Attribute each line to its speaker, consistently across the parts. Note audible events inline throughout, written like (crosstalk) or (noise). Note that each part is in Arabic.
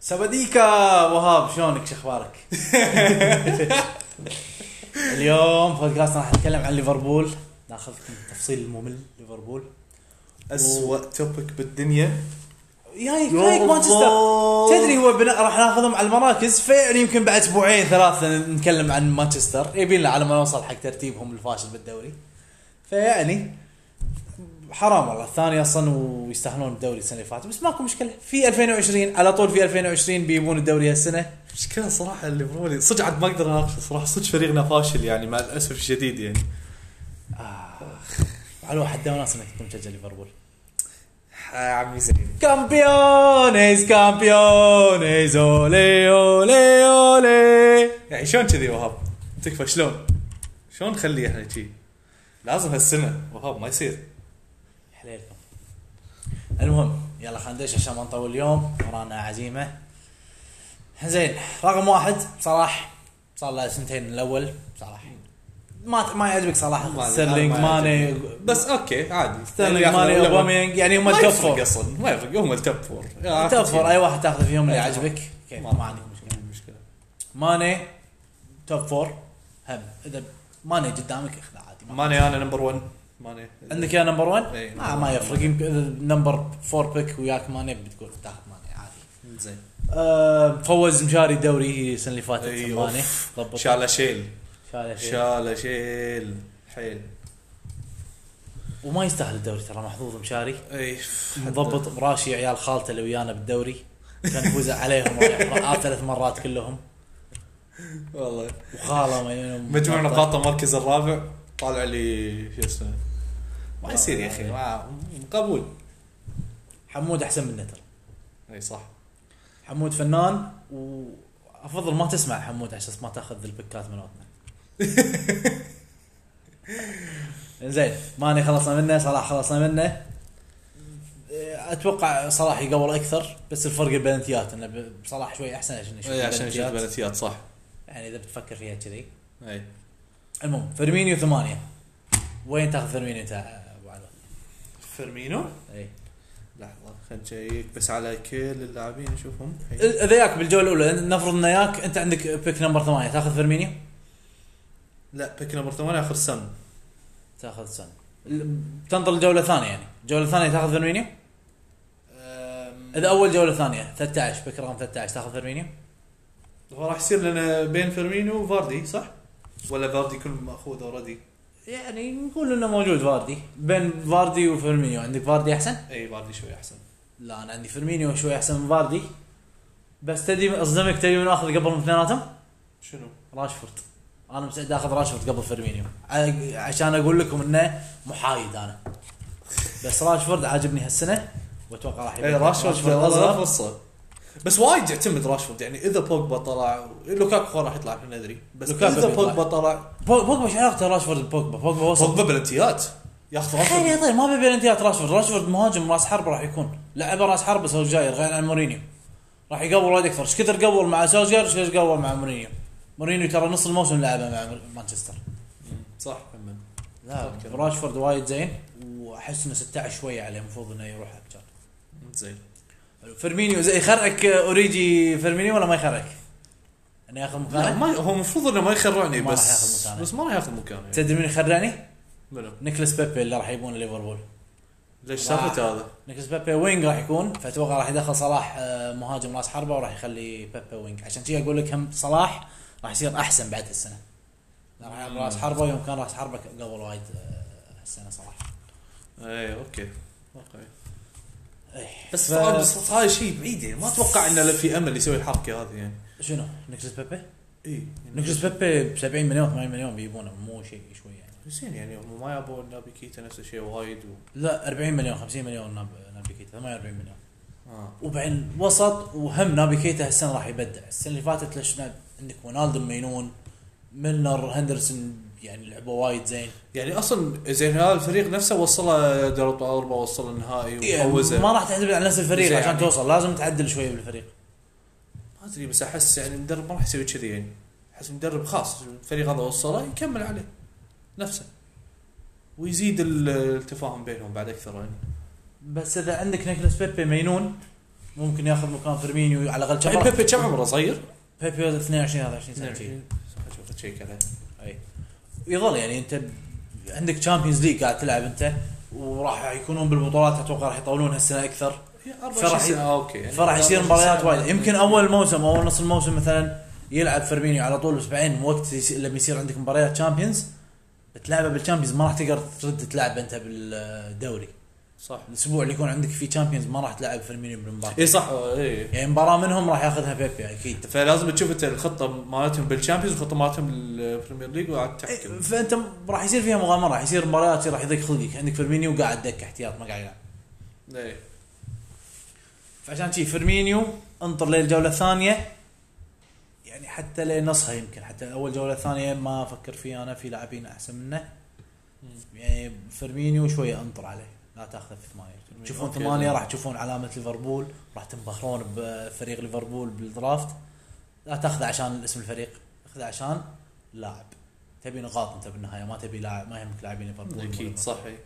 Speaker 1: سبديكا وهاب شلونك شو اخبارك؟ اليوم بودكاستنا راح نتكلم عن ليفربول ناخذكم تفصيل ممل ليفربول
Speaker 2: اسوء توبك بالدنيا
Speaker 1: يعني
Speaker 2: يا
Speaker 1: فيك مانشستر
Speaker 2: الله.
Speaker 1: تدري هو بنا... راح ناخذهم على المراكز فيعني يمكن بعد اسبوعين ثلاثه نتكلم عن مانشستر يبي لنا على ما نوصل حق ترتيبهم الفاشل بالدوري فيعني حرام والله الثاني اصلا ويستاهلون الدوري السنه اللي فاتت بس ماكو مشكله في 2020 على طول في 2020 بيبون الدوري هالسنه
Speaker 2: مشكلة صراحة ليفربول صدق عاد ما اقدر اناقشه صراحة صدق فريقنا فاشل يعني مع الاسف الشديد يعني
Speaker 1: اخ على واحد ده وناس انك تكون تشجع ليفربول
Speaker 2: عمي زين
Speaker 1: كامبيونيز كامبيونيز اولي اولي اولي
Speaker 2: يعني شلون كذي وهاب؟ تكفى شلون؟ شلون نخليه احنا كذي؟ لازم هالسنة وهاب ما يصير
Speaker 1: حليلكم المهم يلا خلينا ندش عشان ما نطول اليوم ورانا عزيمه زين رقم واحد صلاح صار له سنتين الاول صلاح ما ما يعجبك صلاح ستيرلينج
Speaker 2: ما
Speaker 1: ماني
Speaker 2: بس اوكي عادي
Speaker 1: ستيرلينج ماني اوباميانج يعني هم
Speaker 2: ما
Speaker 1: التوب
Speaker 2: يفرق
Speaker 1: فور
Speaker 2: اصلا ما يفرق هم التوب فور يا
Speaker 1: التوب
Speaker 2: أخي.
Speaker 1: فور اي واحد تاخذه فيهم اللي
Speaker 2: آه، أي واحد.
Speaker 1: يعجبك كيف
Speaker 2: ما-
Speaker 1: ما عندي مشكله
Speaker 2: ما عندي مشكلة
Speaker 1: ماني توب فور هم اذا ماني قدامك اخذه عادي ما.
Speaker 2: ماني انا نمبر 1 ماني
Speaker 1: عندك يا نمبر 1
Speaker 2: إي،
Speaker 1: ما, ما يفرق يمكن اذا نمبر 4 بيك وياك ماني بتقول تاخذ ماني عادي
Speaker 2: زين
Speaker 1: أه فوز مشاري الدوري السنه اللي فاتت
Speaker 2: إي،
Speaker 1: ماني
Speaker 2: إيه، أوف.
Speaker 1: ضبط
Speaker 2: شال شيل
Speaker 1: شال شيء.
Speaker 2: شال شيل حيل
Speaker 1: وما يستاهل الدوري ترى محظوظ مشاري
Speaker 2: اي
Speaker 1: مضبط مراشي عيال خالته اللي ويانا بالدوري كان يفوز عليهم راح ثلاث مرات كلهم
Speaker 2: والله
Speaker 1: وخاله ما ينوم.
Speaker 2: مجموع نقاطه المركز الرابع طالع لي شو اسمه ما
Speaker 1: والله
Speaker 2: يصير يا اخي ما قبول
Speaker 1: حمود احسن منه ترى
Speaker 2: اي صح
Speaker 1: حمود فنان وافضل ما تسمع حمود عشان ما تاخذ البكات من (laughs) عطنا زين ماني خلصنا منه صلاح خلصنا منه اتوقع صلاح يقول اكثر بس الفرق البلنتيات انه ب- صلاح شوي احسن عشان يشوف
Speaker 2: اي إيه، عشان شفت
Speaker 1: البلنتيات
Speaker 2: بلنتيات صح إيه.
Speaker 1: يعني اذا بتفكر فيها كذي
Speaker 2: اي
Speaker 1: المهم فيرمينيو ثمانية وين تاخذ فيرمينيو انت ابو علي؟
Speaker 2: فيرمينو
Speaker 1: اي
Speaker 2: لحظه خلنا نشيك بس على كل اللاعبين نشوفهم إيه.
Speaker 1: اذا ياك بالجوله الاولى نفرض انه ياك انت عندك بيك نمبر ثمانية تاخذ فيرمينيو
Speaker 2: لا بيك نمبر 8 اخر سن
Speaker 1: تاخذ سن ال- تنطر الجوله الثانيه يعني الجوله الثانيه تاخذ فيرمينيو اذا اول جوله ثانيه 13 بك رقم 13 تاخذ فيرمينيو
Speaker 2: هو راح يصير لنا بين فيرمينو وفاردي صح؟ ولا فاردي كله ماخوذ اوريدي؟
Speaker 1: يعني نقول انه موجود فاردي بين فاردي وفيرمينيو عندك فاردي احسن؟
Speaker 2: اي إيه، فاردي شوي احسن
Speaker 1: لا انا عندي فيرمينيو شوي احسن من فاردي بس تدري اصدمك تدري من اخذ قبلهم اثنيناتهم؟
Speaker 2: شنو؟
Speaker 1: راشفورد انا مستعد اخذ راشفورد قبل فيرمينيو ع- عشان اقول لكم انه محايد انا بس راشفورد عاجبني هالسنه واتوقع راح
Speaker 2: اي
Speaker 1: يبقى
Speaker 2: إيه، راشفورد
Speaker 1: أصغر.
Speaker 2: له فرصه يعني بس وايد يعتمد راشفورد يعني اذا بوجبا طلع لوكاكو راح يطلع احنا ندري بس
Speaker 1: لوكاكو
Speaker 2: اذا
Speaker 1: بيطلع.
Speaker 2: بوجبا طلع
Speaker 1: بو- بوجبا شو علاقته راشفورد بوجبا؟ بوجبا وصل
Speaker 2: بوجبا بلنتيات ياخذ
Speaker 1: تخيل
Speaker 2: راشفورد
Speaker 1: يا طيب ما بي بلنتيات راشفورد راشفورد مهاجم راس حرب راح يكون لعبه راس حرب سولجاير غير عن مورينيو راح يقول وايد اكثر ايش كثر قول مع سولجاير ايش كثر قول مع مورينيو مورينيو ترى نص الموسم لعبه مع مر- مانشستر
Speaker 2: صح محمد
Speaker 1: لا
Speaker 2: أوكي.
Speaker 1: راشفورد وايد زين واحس انه 16 شويه عليه المفروض انه يروح ابكر
Speaker 2: زين
Speaker 1: فيرمينيو زي يخرعك اوريجي فيرمينيو ولا ما يخرعك؟ يعني انه ياخذ
Speaker 2: لا
Speaker 1: مكانه؟
Speaker 2: ما هو المفروض انه ما يخرعني
Speaker 1: ما راح
Speaker 2: بس
Speaker 1: ياخذ مكانه.
Speaker 2: بس ما راح ياخذ مكانه يعني.
Speaker 1: تدري من يخرعني؟
Speaker 2: منو؟
Speaker 1: نيكلاس بيبي اللي راح يبونه ليفربول
Speaker 2: ليش
Speaker 1: راح.
Speaker 2: سالفته هذا؟
Speaker 1: نيكلاس بيبي وينج راح يكون فاتوقع راح يدخل صلاح آه، مهاجم راس حربه وراح يخلي بيبي وينج عشان كذا اقول لك هم صلاح راح يصير احسن بعد هالسنه راح يلعب راس حربه يوم كان راس حربه قبل وايد آه، هالسنه صلاح
Speaker 2: اي اوكي اوكي
Speaker 1: إيه.
Speaker 2: بس
Speaker 1: ف-
Speaker 2: طبعاً بس هذا شيء بعيد يعني ما اتوقع انه لا في امل يسوي الحركه هذه يعني إيه،
Speaker 1: شنو نيكلاس بيبي؟
Speaker 2: اي
Speaker 1: نيكلاس بيبي ب 70 مليون 80 مليون بيجيبونه مو شيء شوي يعني
Speaker 2: زين يعني هم ما يبون نابي كيتا نفس الشيء وايد و...
Speaker 1: لا 40 مليون 50 مليون ناب- نابي كيتا 48 مليون
Speaker 2: آه.
Speaker 1: وبعدين وسط وهم نابي كيتا هالسنه راح يبدع السنه اللي فاتت ليش ناب- عندك رونالدو مينون ميلنر هندرسون يعني لعبوا وايد زين
Speaker 2: يعني اصلا زين هذا الفريق نفسه وصله دوري ابطال اوروبا وصل النهائي وفوزه
Speaker 1: إيه، ما راح تعتمد على نفس الفريق
Speaker 2: زين
Speaker 1: عشان
Speaker 2: يعني.
Speaker 1: توصل لازم تعدل شويه بالفريق
Speaker 2: ما ادري بس احس يعني المدرب ما راح يسوي كذي يعني احس المدرب خاص الفريق هذا وصله يكمل عليه نفسه ويزيد ال- التفاهم بينهم بعد اكثر يعني
Speaker 1: بس اذا عندك نيكلاس بيبي مينون ممكن ياخذ مكان فيرمينيو على الاقل
Speaker 2: الحين
Speaker 1: شهر
Speaker 2: بيبي كم عمره صغير؟
Speaker 1: بيبي 22 23 سنه شي.
Speaker 2: 22 شوف تشيك عليه
Speaker 1: اي يظل يعني انت عندك تشامبيونز ليج قاعد تلعب انت وراح يكونون بالبطولات اتوقع راح يطولون هالسنه اكثر فراح-
Speaker 2: 24 سنه آه، اوكي يعني
Speaker 1: فراح يصير
Speaker 2: 24
Speaker 1: مباريات
Speaker 2: سنة.
Speaker 1: وايد يمكن اول موسم اول نص الموسم مثلا يلعب فيرمينيو على طول اسبوعين وقت يس- لما يصير عندك مباريات تشامبيونز بتلعبه بالتشامبيونز ما راح تقدر ترد تلعب انت بالدوري
Speaker 2: صح
Speaker 1: الاسبوع اللي يكون عندك فيه تشامبيونز ما راح تلعب فيرمينيو بالمباراه
Speaker 2: اي صح اي
Speaker 1: يعني مباراه منهم راح ياخذها يعني بيبي اكيد
Speaker 2: فلازم تشوف انت الخطه مالتهم بالشامبيونز والخطه مالتهم بالبريمير ليج وقاعد تحكم
Speaker 1: إيه، فانت م- راح يصير فيها مغامره راح يصير مباريات راح يضيق خلقك عندك فيرمينيو قاعد دكه احتياط ما قاعد يلعب
Speaker 2: إيه.
Speaker 1: فعشان شي فيرمينيو انطر للجوله الثانيه يعني حتى لنصها يمكن حتى اول جوله ثانيه ما افكر فيه انا في لاعبين احسن منه يعني فيرمينيو شويه انطر عليه لا تاخذه في ثمانيه تشوفون
Speaker 2: أوكي.
Speaker 1: ثمانيه راح تشوفون علامه ليفربول راح تنبهرون بفريق ليفربول بالدرافت لا تاخذه عشان اسم الفريق اخذه عشان لاعب تبي نقاط انت بالنهايه ما تبي لاعب ما يهمك لاعبين ليفربول
Speaker 2: اكيد صح إيه.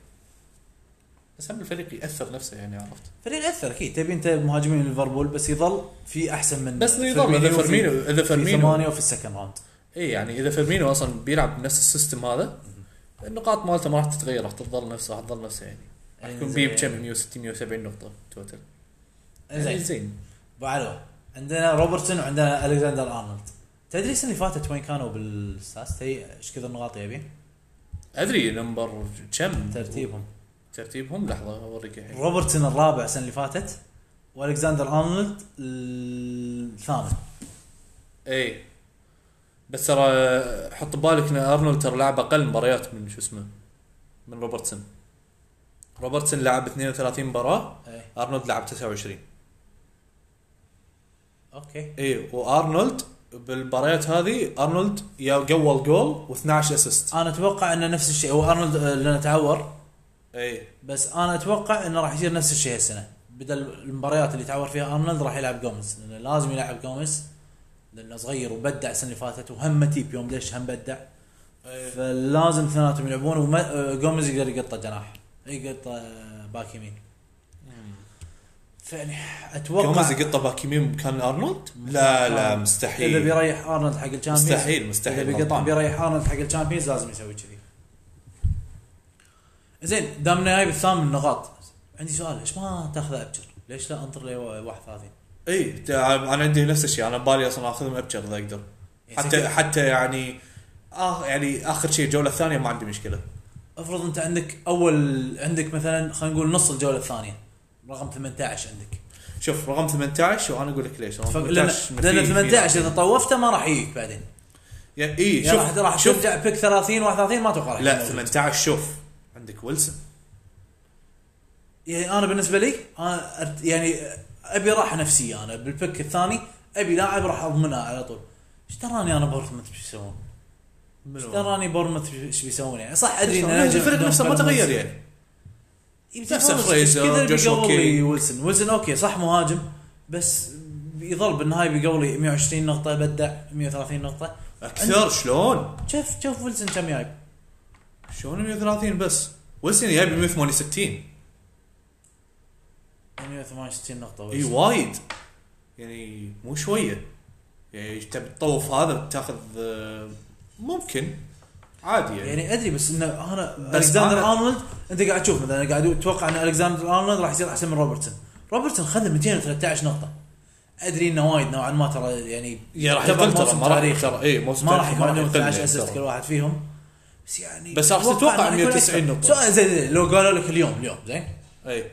Speaker 2: بس هم الفريق ياثر نفسه يعني عرفت
Speaker 1: فريق اثر اكيد تبي انت مهاجمين ليفربول بس يظل في احسن من
Speaker 2: بس نظام اذا
Speaker 1: وفي-
Speaker 2: فيرمينو اذا
Speaker 1: في
Speaker 2: فيرمينو
Speaker 1: ثمانية وفي السكند راوند
Speaker 2: اي يعني اذا فيرمينو اصلا بيلعب بنفس السيستم هذا النقاط مالته ما راح تتغير راح تظل نفسها راح تظل نفسها يعني
Speaker 1: إيه،
Speaker 2: راح يكون بيه بكم 160 170 نقطه توتال يعني
Speaker 1: إيه، زين
Speaker 2: زين
Speaker 1: أبو علو عندنا روبرتسون وعندنا الكسندر ارنولد تدري السنه اللي فاتت وين كانوا بالساس تدري ايش كثر نقاط يبين
Speaker 2: ادري نمبر كم
Speaker 1: ترتيبهم
Speaker 2: ترتيبهم لحظه اوريك الحين
Speaker 1: روبرتسون الرابع السنه اللي فاتت والكسندر ارنولد الثامن
Speaker 2: اي إيه. بس ترى حط ببالك ان ارنولد ترى لعب اقل مباريات من شو اسمه من روبرتسون روبرتسون لعب 32 مباراه
Speaker 1: إيه.
Speaker 2: ارنولد لعب 29
Speaker 1: اوكي
Speaker 2: اي وارنولد بالمباريات إيه، هذه ارنولد يا قول جول و12 اسيست
Speaker 1: انا اتوقع انه نفس الشيء هو ارنولد آه، لانه تعور
Speaker 2: اي
Speaker 1: بس انا اتوقع انه راح يصير نفس الشيء هالسنه بدل المباريات اللي تعور فيها ارنولد راح يلعب جوميز لانه لازم يلعب جوميز لانه صغير وبدع السنه اللي فاتت وهم تيب يوم ليش هم بدع
Speaker 2: إيه.
Speaker 1: فلازم اثنيناتهم يلعبون وجوميز يقدر يقطع جناح يقطع باك يمين فيعني اتوقع
Speaker 2: جوميز يقطه باك يمين مكان ارنولد؟ لا لا
Speaker 1: اذا
Speaker 2: مستحيل
Speaker 1: بيريح ارنولد حق الشامبيونز
Speaker 2: مستحيل
Speaker 1: اذا
Speaker 2: مستحيل
Speaker 1: بيقطع
Speaker 2: غلطان.
Speaker 1: بيريح ارنولد حق الشامبيونز لازم يسوي كذي زين دامنا جايب الثامن نقاط عندي سؤال ليش ما تاخذه ابشر؟ ليش لا انطر لي 31
Speaker 2: اي تع- انا إيه، عندي نفس الشيء انا ببالي اصلا اخذهم ابشر اذا اقدر
Speaker 1: يعني
Speaker 2: حتى
Speaker 1: سجل-
Speaker 2: حتى يعني آه يعني اخر شيء الجوله الثانيه ما عندي مشكله
Speaker 1: افرض انت عندك اول عندك مثلا خلينا نقول نص الجوله الثانيه رقم 18 عندك
Speaker 2: شوف رقم 18 وانا اقول لك ليش رقم
Speaker 1: ف- لان لان 18 اذا طوفته ما راح يجيك بعدين
Speaker 2: اي
Speaker 1: يعني راح
Speaker 2: إيه، شوف
Speaker 1: راح
Speaker 2: شوف
Speaker 1: ترجع بيك 30 31 ما اتوقع راح
Speaker 2: لا
Speaker 1: يكون موجود.
Speaker 2: 18 شوف عندك ويلسون
Speaker 1: يعني انا بالنسبه لي أنا أرت- يعني ابي راحه نفسيه انا بالبيك الثاني ابي لاعب راح اضمنها على طول ايش تراني انا بورموث ايش بيسوون؟ ايش تراني بورموث ايش بيسوون يعني صح ادري ان
Speaker 2: يعني الفريق
Speaker 1: عندهم
Speaker 2: نفسه ما
Speaker 1: بورموث.
Speaker 2: تغير يعني
Speaker 1: يمكن
Speaker 2: نفسه
Speaker 1: بورموث
Speaker 2: فريزر،
Speaker 1: كذا اللي
Speaker 2: جوشوا
Speaker 1: بيقول
Speaker 2: كي.
Speaker 1: لي ويلسون ويلسون اوكي صح مهاجم بس يظل بالنهايه بيقول لي 120 نقطه بدع 130 نقطه
Speaker 2: اكثر شلون؟
Speaker 1: شوف شوف ويلسون كم جايب
Speaker 2: شلون 130 بس؟ ويلسون جايب 168
Speaker 1: يعني 168 نقطه
Speaker 2: اي
Speaker 1: ويلسون.
Speaker 2: وايد يعني مو شويه يعني تبي تطوف هذا تاخذ آه، ممكن عادي يعني
Speaker 1: يعني ادري بس انه انا
Speaker 2: بس
Speaker 1: الكساندر
Speaker 2: أنا-
Speaker 1: ارنولد انت قاعد تشوف مثلا قاعد تتوقع ان الكساندر ارنولد راح يصير احسن من روبرتسون، روبرتسون خذ 213 نقطه ادري انه وايد نوعا ما ترى يعني
Speaker 2: يعني راح
Speaker 1: يعتبر
Speaker 2: يقل ترى
Speaker 1: موسم
Speaker 2: ما راح
Speaker 1: تاريخي.
Speaker 2: ترى اي موسم
Speaker 1: ما
Speaker 2: تاريخي
Speaker 1: راح يكون عندهم
Speaker 2: يقل
Speaker 1: 12
Speaker 2: يعني
Speaker 1: اسيست
Speaker 2: ترى.
Speaker 1: كل واحد فيهم بس يعني
Speaker 2: بس راح
Speaker 1: أتوقع
Speaker 2: تتوقع
Speaker 1: إنه يكون
Speaker 2: 190
Speaker 1: أكثر.
Speaker 2: نقطة.
Speaker 1: سؤال زين زين لو قالوا لك اليوم اليوم زين
Speaker 2: اي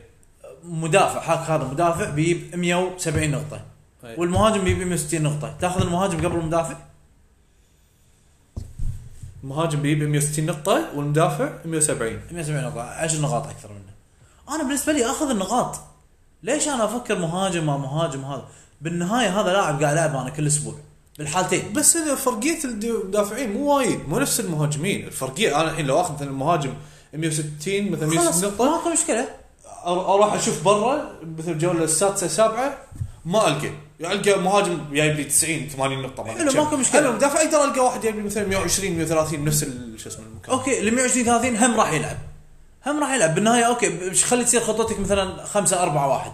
Speaker 1: مدافع حاك هذا مدافع بيجيب 170 نقطه
Speaker 2: أي.
Speaker 1: والمهاجم بيجيب 160 نقطه تاخذ المهاجم قبل المدافع
Speaker 2: المهاجم بيجيب 160 نقطة والمدافع 170
Speaker 1: 170 نقطة 10 نقاط أكثر منه أنا بالنسبة لي آخذ النقاط ليش أنا أفكر مهاجم ما مهاجم هذا بالنهاية هذا لاعب قاعد ألعب أنا كل أسبوع بالحالتين
Speaker 2: بس انا فرقية المدافعين مو وايد مو نفس المهاجمين الفرقية انا الحين لو اخذ المهاجم 160 مثلا 160
Speaker 1: خلاص
Speaker 2: نقطة
Speaker 1: ماكو مشكلة
Speaker 2: أر- اروح اشوف برا مثل الجولة السادسة سابعة ما القى يعني القى مهاجم جايب لي 90 80 نقطة ما أدري
Speaker 1: حلو،
Speaker 2: كم.
Speaker 1: ماكو مشكلة.
Speaker 2: انا مدافع اقدر القى واحد جايب لي مثلا 120 130 نفس ال- شو اسمه المكان
Speaker 1: أوكي ال 120 30 هم راح يلعب هم راح يلعب بالنهاية أوكي مش خلي تصير خطتك مثلا 5 4 1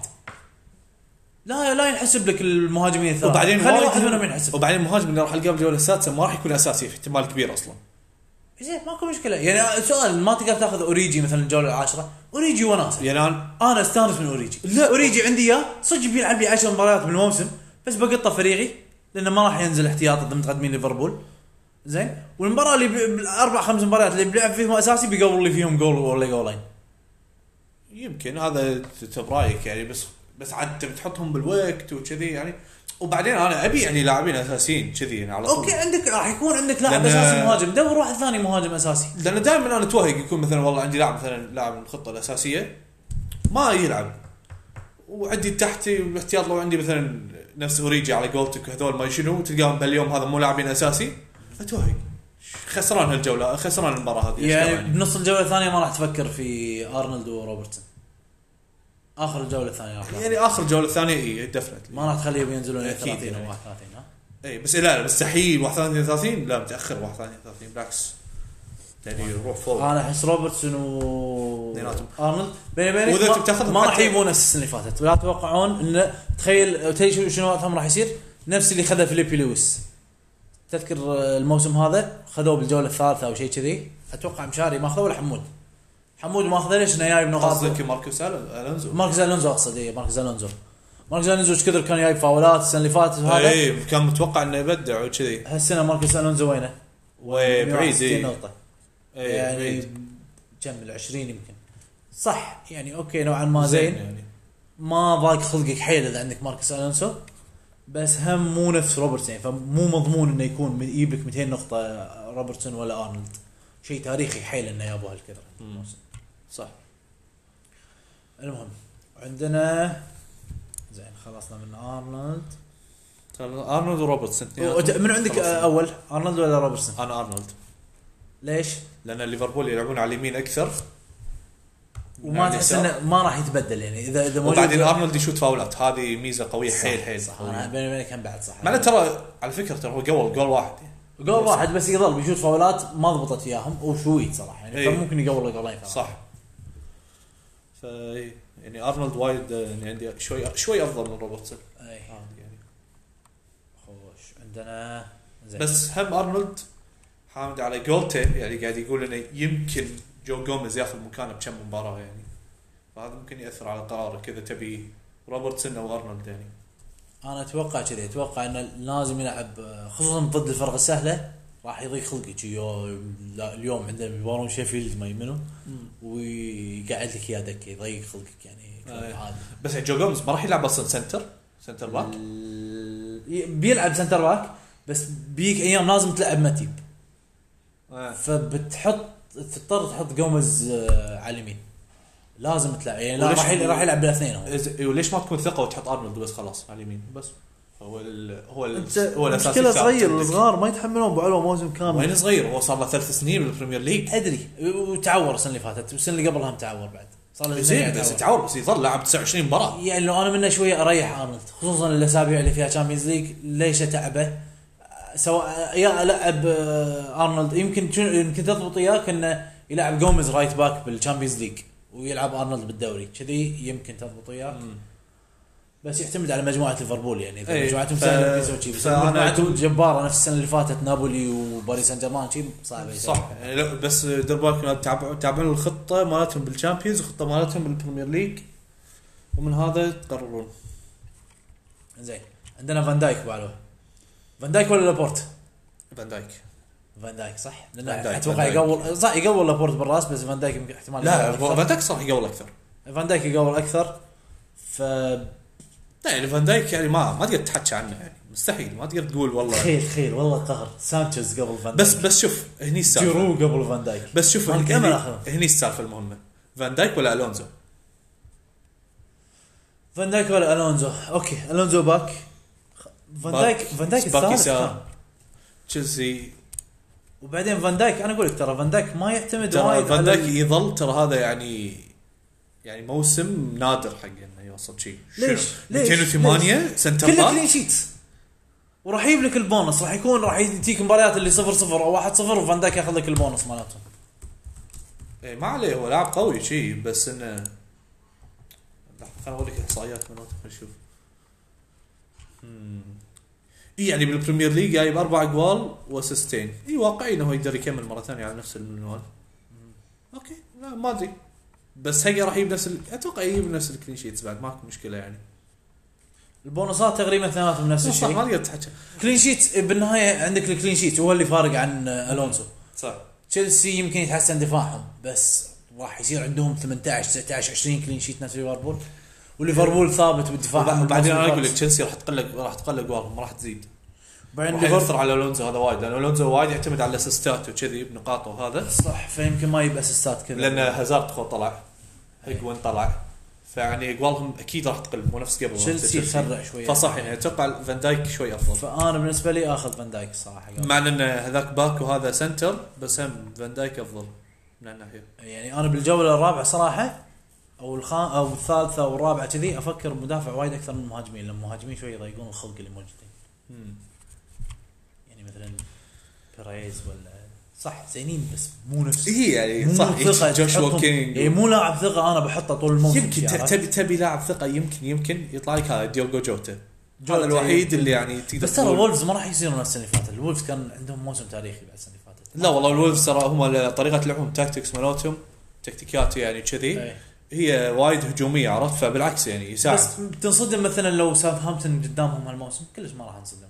Speaker 1: لا لا ينحسب لك المهاجمين الثلاثه
Speaker 2: وبعدين
Speaker 1: خلي
Speaker 2: وايد
Speaker 1: واحد
Speaker 2: يجون-
Speaker 1: منهم ينحسب
Speaker 2: وبعدين المهاجم اللي راح القاه بالجوله السادسه ما راح يكون اساسي في احتمال كبير اصلا
Speaker 1: زين إيه، ماكو مشكله يعني سؤال ما تقدر تاخذ اوريجي مثلا الجوله العاشره اوريجي وناسه
Speaker 2: يعني انا
Speaker 1: انا استانس من اوريجي لا اوريجي عندي اياه صدق بيلعب لي 10 مباريات بالموسم بس بقطه فريقي لانه ما راح ينزل احتياط ضد متقدمين ليفربول زين والمباراه اللي ب- بالاربع خمس مباريات اللي بلعب فيهم اساسي بيقول لي فيهم جول ولا جولين
Speaker 2: يمكن هذا ت- ت- برايك يعني بس بس عاد انت بتحطهم بالوقت وكذي يعني وبعدين انا ابي يعني لاعبين اساسيين كذي يعني على طول
Speaker 1: اوكي عندك راح يكون عندك لاعب
Speaker 2: لأن-
Speaker 1: اساسي مهاجم دور واحد ثاني مهاجم اساسي
Speaker 2: لان دائما انا اتوهق يكون مثلا والله عندي لاعب مثلا لاعب من الخطه الاساسيه ما يلعب وعندي تحتي بالاحتياط لو عندي مثلا نفس اوريجي على قولتك هذول ما شنو تلقاهم باليوم هذا مو لاعبين اساسي اتوهق خسران هالجوله خسران المباراه هذه إيش
Speaker 1: يعني
Speaker 2: دعوة
Speaker 1: بنص الجوله الثانيه ما راح تفكر في ارنولد وروبرتسون اخر الجوله الثانيه راح
Speaker 2: يعني اخر جوله ثانيه اي دفنتلي
Speaker 1: ما راح تخليهم ينزلون الى
Speaker 2: أكيد
Speaker 1: 30
Speaker 2: يعني.
Speaker 1: او 31 ها
Speaker 2: اي إيه، بس لا لا مستحيل 31 لا متاخر 31 بالعكس يعني يروح فوق
Speaker 1: انا احس روبرتسون و
Speaker 2: اثنيناتهم.
Speaker 1: ارنولد بيني وبينك
Speaker 2: وإذا
Speaker 1: ما-
Speaker 2: أنت بتاخذهم
Speaker 1: ما راح
Speaker 2: حتى-
Speaker 1: يجيبون نفس السنه اللي فاتت ولا تتوقعون انه تخيل تدري شو- شنو وقتهم راح يصير؟ نفس اللي خذه فيليبي لويس تذكر آه، الموسم هذا خذوه بالجوله الثالثه او شيء كذي اتوقع مشاري ماخذه ولا حمود؟ حمود ماخذه ليش انه جايب نقاط
Speaker 2: قصدك ماركوس الونزو
Speaker 1: ماركز الونزو اقصد اي ماركز الونزو ماركز الونزو ايش كثر كان جايب فاولات السنه اللي فاتت وهذا
Speaker 2: اي إيه، كان متوقع انه يبدع وكذي إيه.
Speaker 1: هالسنه ماركز الونزو وينه؟
Speaker 2: وبعيد
Speaker 1: 161
Speaker 2: اي
Speaker 1: نقطه
Speaker 2: إي،
Speaker 1: يعني
Speaker 2: إيه، بعيد
Speaker 1: كم ال 20 يمكن صح يعني اوكي نوعا ما زين
Speaker 2: يعني
Speaker 1: ما ضاق خلقك حيل اذا عندك ماركس الونسو بس هم مو نفس روبرتسون يعني فمو مضمون انه يكون من- يجيب لك 200 نقطه روبرتسون ولا ارنولد شيء تاريخي حيل انه يابوا هالكثر الموسم.
Speaker 2: صح
Speaker 1: المهم عندنا زين خلصنا من ارنولد
Speaker 2: ارنولد وروبرتسون اثنين.
Speaker 1: وت- من عندك
Speaker 2: خلصنا.
Speaker 1: آه، اول ارنولد ولا روبرتسون؟
Speaker 2: انا ارنولد
Speaker 1: ليش؟
Speaker 2: لان ليفربول يلعبون على اليمين اكثر
Speaker 1: وما
Speaker 2: نعم،
Speaker 1: تحس
Speaker 2: يسار.
Speaker 1: انه ما راح يتبدل يعني اذا اذا موجود-
Speaker 2: وبعدين ارنولد يشوت فاولات هذه ميزه قويه
Speaker 1: صح،
Speaker 2: حيل حيل
Speaker 1: صح انا بيني وبينك هم بعد صح
Speaker 2: مع إنه ترى على فكره ترى هو جول جول واحد يعني.
Speaker 1: جول واحد بس يظل بيشوت فاولات ما ضبطت وياهم وشويت صراحه يعني
Speaker 2: إيه.
Speaker 1: فممكن يقول جولين ثلاثة.
Speaker 2: صح ف يعني ارنولد وايد آه، يعني عندي شوي شوي افضل من روبرتسون
Speaker 1: اي
Speaker 2: عادي يعني
Speaker 1: إيه. خوش عندنا زين
Speaker 2: بس هم ارنولد حامد على جولتين يعني قاعد يقول انه يمكن جو جوميز ياخذ مكانه بكم مباراه يعني فهذا ممكن ياثر على قرارك اذا تبي روبرتسون او ارنولد يعني
Speaker 1: انا اتوقع كذي اتوقع انه لازم يلعب آه، خصوصا ضد الفرق السهله راح يضيق خلقك يو- لا، اليوم عندنا يبارون شيفيلد ما يمنو ويقعد لك يا دكه يضيق خلقك يعني
Speaker 2: أي.
Speaker 1: عادي
Speaker 2: بس يعني جو جوميز ما راح يلعب اصلا سنتر سنتر باك
Speaker 1: ال- بيلعب سنتر باك بس بيك ايام لازم تلعب متيب
Speaker 2: آه.
Speaker 1: فبتحط تضطر تحط جوميز آه، على اليمين لازم تلعب يعني لا
Speaker 2: وليش-
Speaker 1: راح يل- راح يلعب بالاثنين هو
Speaker 2: إز- إيه، وليش ما تكون ثقه وتحط ارنولد بس خلاص على اليمين بس هو ال هو ال هو الاساسي
Speaker 1: مشكلة
Speaker 2: الثابت
Speaker 1: صغير
Speaker 2: عندك.
Speaker 1: الصغار ما يتحملون بعلوه موسم كامل
Speaker 2: وين صغير هو صار له ثلاث سنين بالبريمير ليج
Speaker 1: ادري وتعور السنه اللي فاتت والسنه اللي قبلها هم تعور بعد صار له سنتين
Speaker 2: زين
Speaker 1: قاعد
Speaker 2: بس
Speaker 1: يتعور.
Speaker 2: تعور بس يظل لعب 29 مباراه
Speaker 1: يعني لو انا منه شويه اريح ارنولد خصوصا الاسابيع اللي فيها تشامبيونز ليج ليش اتعبه؟ سواء يا العب آه، ارنولد يمكن شنو- يمكن تضبط اياك انه يلعب جوميز رايت باك بالتشامبيونز ليج ويلعب ارنولد بالدوري كذي يمكن تضبط اياك بس يعتمد على مجموعه ليفربول يعني اذا
Speaker 2: إيه،
Speaker 1: مجموعتهم
Speaker 2: ف-
Speaker 1: سهله بيسوي شيء بس
Speaker 2: فأنا-
Speaker 1: مجموعتهم جباره نفس السنه اللي فاتت نابولي وباريس سان جيرمان شيء صعب يسوي.
Speaker 2: صح يعني لو- بس دير بالك تابعوا تابعوا الخطه مالتهم بالشامبيونز والخطه مالتهم بالبريمير ليج ومن هذا تقررون
Speaker 1: زين عندنا فان دايك بعلوه فان دايك ولا لابورت؟
Speaker 2: فان دايك
Speaker 1: فان دايك صح؟ لان
Speaker 2: فان دايك،
Speaker 1: اتوقع
Speaker 2: فان دايك.
Speaker 1: يقول صح يقول لابورت بالراس بس فان دايك يمكن احتمال
Speaker 2: لا
Speaker 1: يقول أكثر.
Speaker 2: فان دايك صح يقول اكثر
Speaker 1: فان دايك يقول اكثر ف
Speaker 2: لا يعني فان دايك يعني ما ما تقدر تحكي عنه يعني مستحيل ما تقدر تقول والله
Speaker 1: تخيل تخيل والله قهر سانشيز قبل فان دايك
Speaker 2: بس بس شوف هني
Speaker 1: جيرو
Speaker 2: السالفه
Speaker 1: قبل فان دايك
Speaker 2: بس شوف
Speaker 1: مالك
Speaker 2: هني,
Speaker 1: أمل
Speaker 2: هني,
Speaker 1: آخر.
Speaker 2: هني السالفه المهمه فان دايك ولا الونزو
Speaker 1: فان دايك ولا الونزو اوكي الونزو باك خ- فان دايك فان دايك
Speaker 2: باكي
Speaker 1: الثالث كان.
Speaker 2: سار تشيلسي
Speaker 1: وبعدين فان دايك انا اقول لك ترى فان دايك ما يعتمد
Speaker 2: ترى
Speaker 1: وايد
Speaker 2: فان
Speaker 1: على
Speaker 2: دايك
Speaker 1: ال-
Speaker 2: يظل ترى هذا يعني يعني موسم نادر حق انه يوصل شيء
Speaker 1: ليش؟
Speaker 2: شنو؟
Speaker 1: ليش؟
Speaker 2: 208 سنتر
Speaker 1: كله
Speaker 2: باك
Speaker 1: كلين شيت وراح يجيب لك البونص راح يكون راح يجيك مباريات اللي 0 0 او 1 0 وفان دايك ياخذ لك البونص مالتهم
Speaker 2: إيه ما عليه هو لاعب قوي شيء بس انه لحظة، خليني اقول لك احصائيات مالته خلينا نشوف اي يعني بالبريمير ليج جايب اربع اقوال واسيستين اي واقعي انه يقدر يكمل مره ثانيه على نفس المنوال اوكي لا ما ادري بس هيجا راح يجيب نفس ال... اتوقع يجيب نفس الكلين شيتس بعد ماكو مشكله يعني
Speaker 1: البونصات تقريبا اثنيناتهم نفس
Speaker 2: صح ما
Speaker 1: الشيء
Speaker 2: تقدر تحكي
Speaker 1: كلين شيت بالنهايه عندك الكلين شيت هو اللي فارق عن آه، الونسو
Speaker 2: صح
Speaker 1: تشيلسي يمكن يتحسن دفاعهم بس راح يصير عندهم 18 19 20 كلين شيت نفس ليفربول وليفربول ثابت بالدفاع
Speaker 2: وبعدين انا اقول لك تشيلسي راح تقلق راح تقلق اقوالهم ما راح تزيد
Speaker 1: بعدين
Speaker 2: راح
Speaker 1: ليفربول
Speaker 2: ياثر على الونزو هذا وايد لان الونزو وايد يعتمد على الاسيستات وكذي بنقاطه وهذا
Speaker 1: صح فيمكن ما يجيب اسيستات كذا
Speaker 2: لان هازارد خو طلع هيجوين طلع فيعني اقوالهم اكيد راح تقل مو نفس قبل
Speaker 1: تشيلسي تسرع شوي
Speaker 2: فصح يعني اتوقع فان دايك شوي افضل
Speaker 1: فانا بالنسبه لي اخذ فان دايك الصراحه
Speaker 2: مع ان هذاك باك وهذا سنتر بس هم فان دايك افضل من الناحيه
Speaker 1: يعني انا بالجوله الرابعه صراحه او الخام او الثالثه او الرابعه كذي افكر مدافع وايد اكثر من المهاجمين لان المهاجمين شوي يضايقون الخلق اللي موجودين يعني مثلا بيريز ولا صح زينين بس مو نفس
Speaker 2: هي يعني
Speaker 1: مو
Speaker 2: صح
Speaker 1: ثقة
Speaker 2: جوشوا
Speaker 1: تحطهم- إي
Speaker 2: كينج
Speaker 1: مو لاعب ثقه انا بحطه طول الموسم يعني
Speaker 2: يمكن ت-
Speaker 1: عرفت؟
Speaker 2: تبي تبي لاعب ثقه يمكن يمكن يطلع لك هذا ديوغو جوتا هذا
Speaker 1: جوتا
Speaker 2: الوحيد
Speaker 1: يمكن.
Speaker 2: اللي يعني تقدر
Speaker 1: بس ترى
Speaker 2: تقول-
Speaker 1: الولفز ما راح يصيرون نفس السنه اللي فاتت الولفز كان عندهم موسم تاريخي بعد السنه اللي فاتت
Speaker 2: لا والله الولفز ترى هم طريقه لعبهم تاكتكس مالتهم تكتيكات يعني كذي
Speaker 1: إي.
Speaker 2: هي وايد هجوميه عرفت فبالعكس يعني يساعد
Speaker 1: إيه. بس تنصدم مثلا لو ساوثهامبتون قدامهم هالموسم كلش ما راح نصدم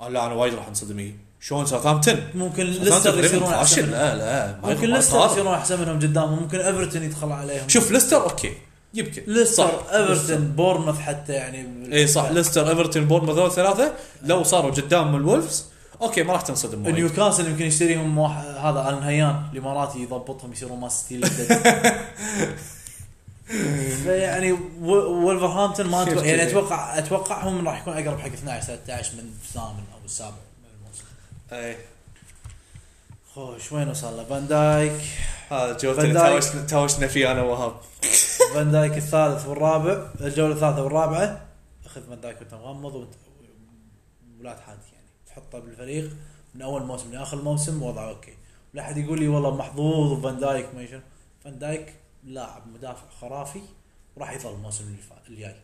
Speaker 2: آه لا انا وايد راح انصدم إيه. شلون ساوثهامبتون
Speaker 1: ممكن ليستر يصيرون
Speaker 2: فاشل.
Speaker 1: احسن منهم.
Speaker 2: لا لا ما-
Speaker 1: ممكن
Speaker 2: ما صار.
Speaker 1: ليستر يصيرون احسن منهم قدامهم ممكن ايفرتون يدخل عليهم
Speaker 2: شوف ليستر اوكي يمكن
Speaker 1: ليستر
Speaker 2: صح. ليستر.
Speaker 1: ايفرتون بورموث حتى يعني
Speaker 2: اي صح ليستر ايفرتون بورموث هذول ثلاثه لو صاروا قدام الولفز اوكي ما راح تنصدم وايد.
Speaker 1: نيوكاسل يمكن يشتريهم واحد هذا الن هيان الاماراتي يضبطهم يصيرون ماس ستيل فيعني يعني و- ولفرهامبتون ما
Speaker 2: كيف
Speaker 1: أتوقع يعني
Speaker 2: كذي؟
Speaker 1: اتوقع اتوقعهم راح يكون اقرب حق 12 13 من الثامن او السابع من الموسم
Speaker 2: اي
Speaker 1: خوش وين وصلنا فان دايك
Speaker 2: هذا جوته
Speaker 1: فان
Speaker 2: اللي
Speaker 1: دايك.
Speaker 2: تهاوشنا- تهاوشنا فيه انا وهاب
Speaker 1: فان دايك الثالث والرابع الجوله الثالثه والرابعه اخذ فان دايك وانت مغمض وانت ولا تحادث يعني تحطه بالفريق من اول موسم لاخر موسم وضعه اوكي لا احد يقول لي والله محظوظ وفان دايك ما شنو فان دايك لاعب مدافع خرافي وراح يظل الموسم اللي فا- الجاي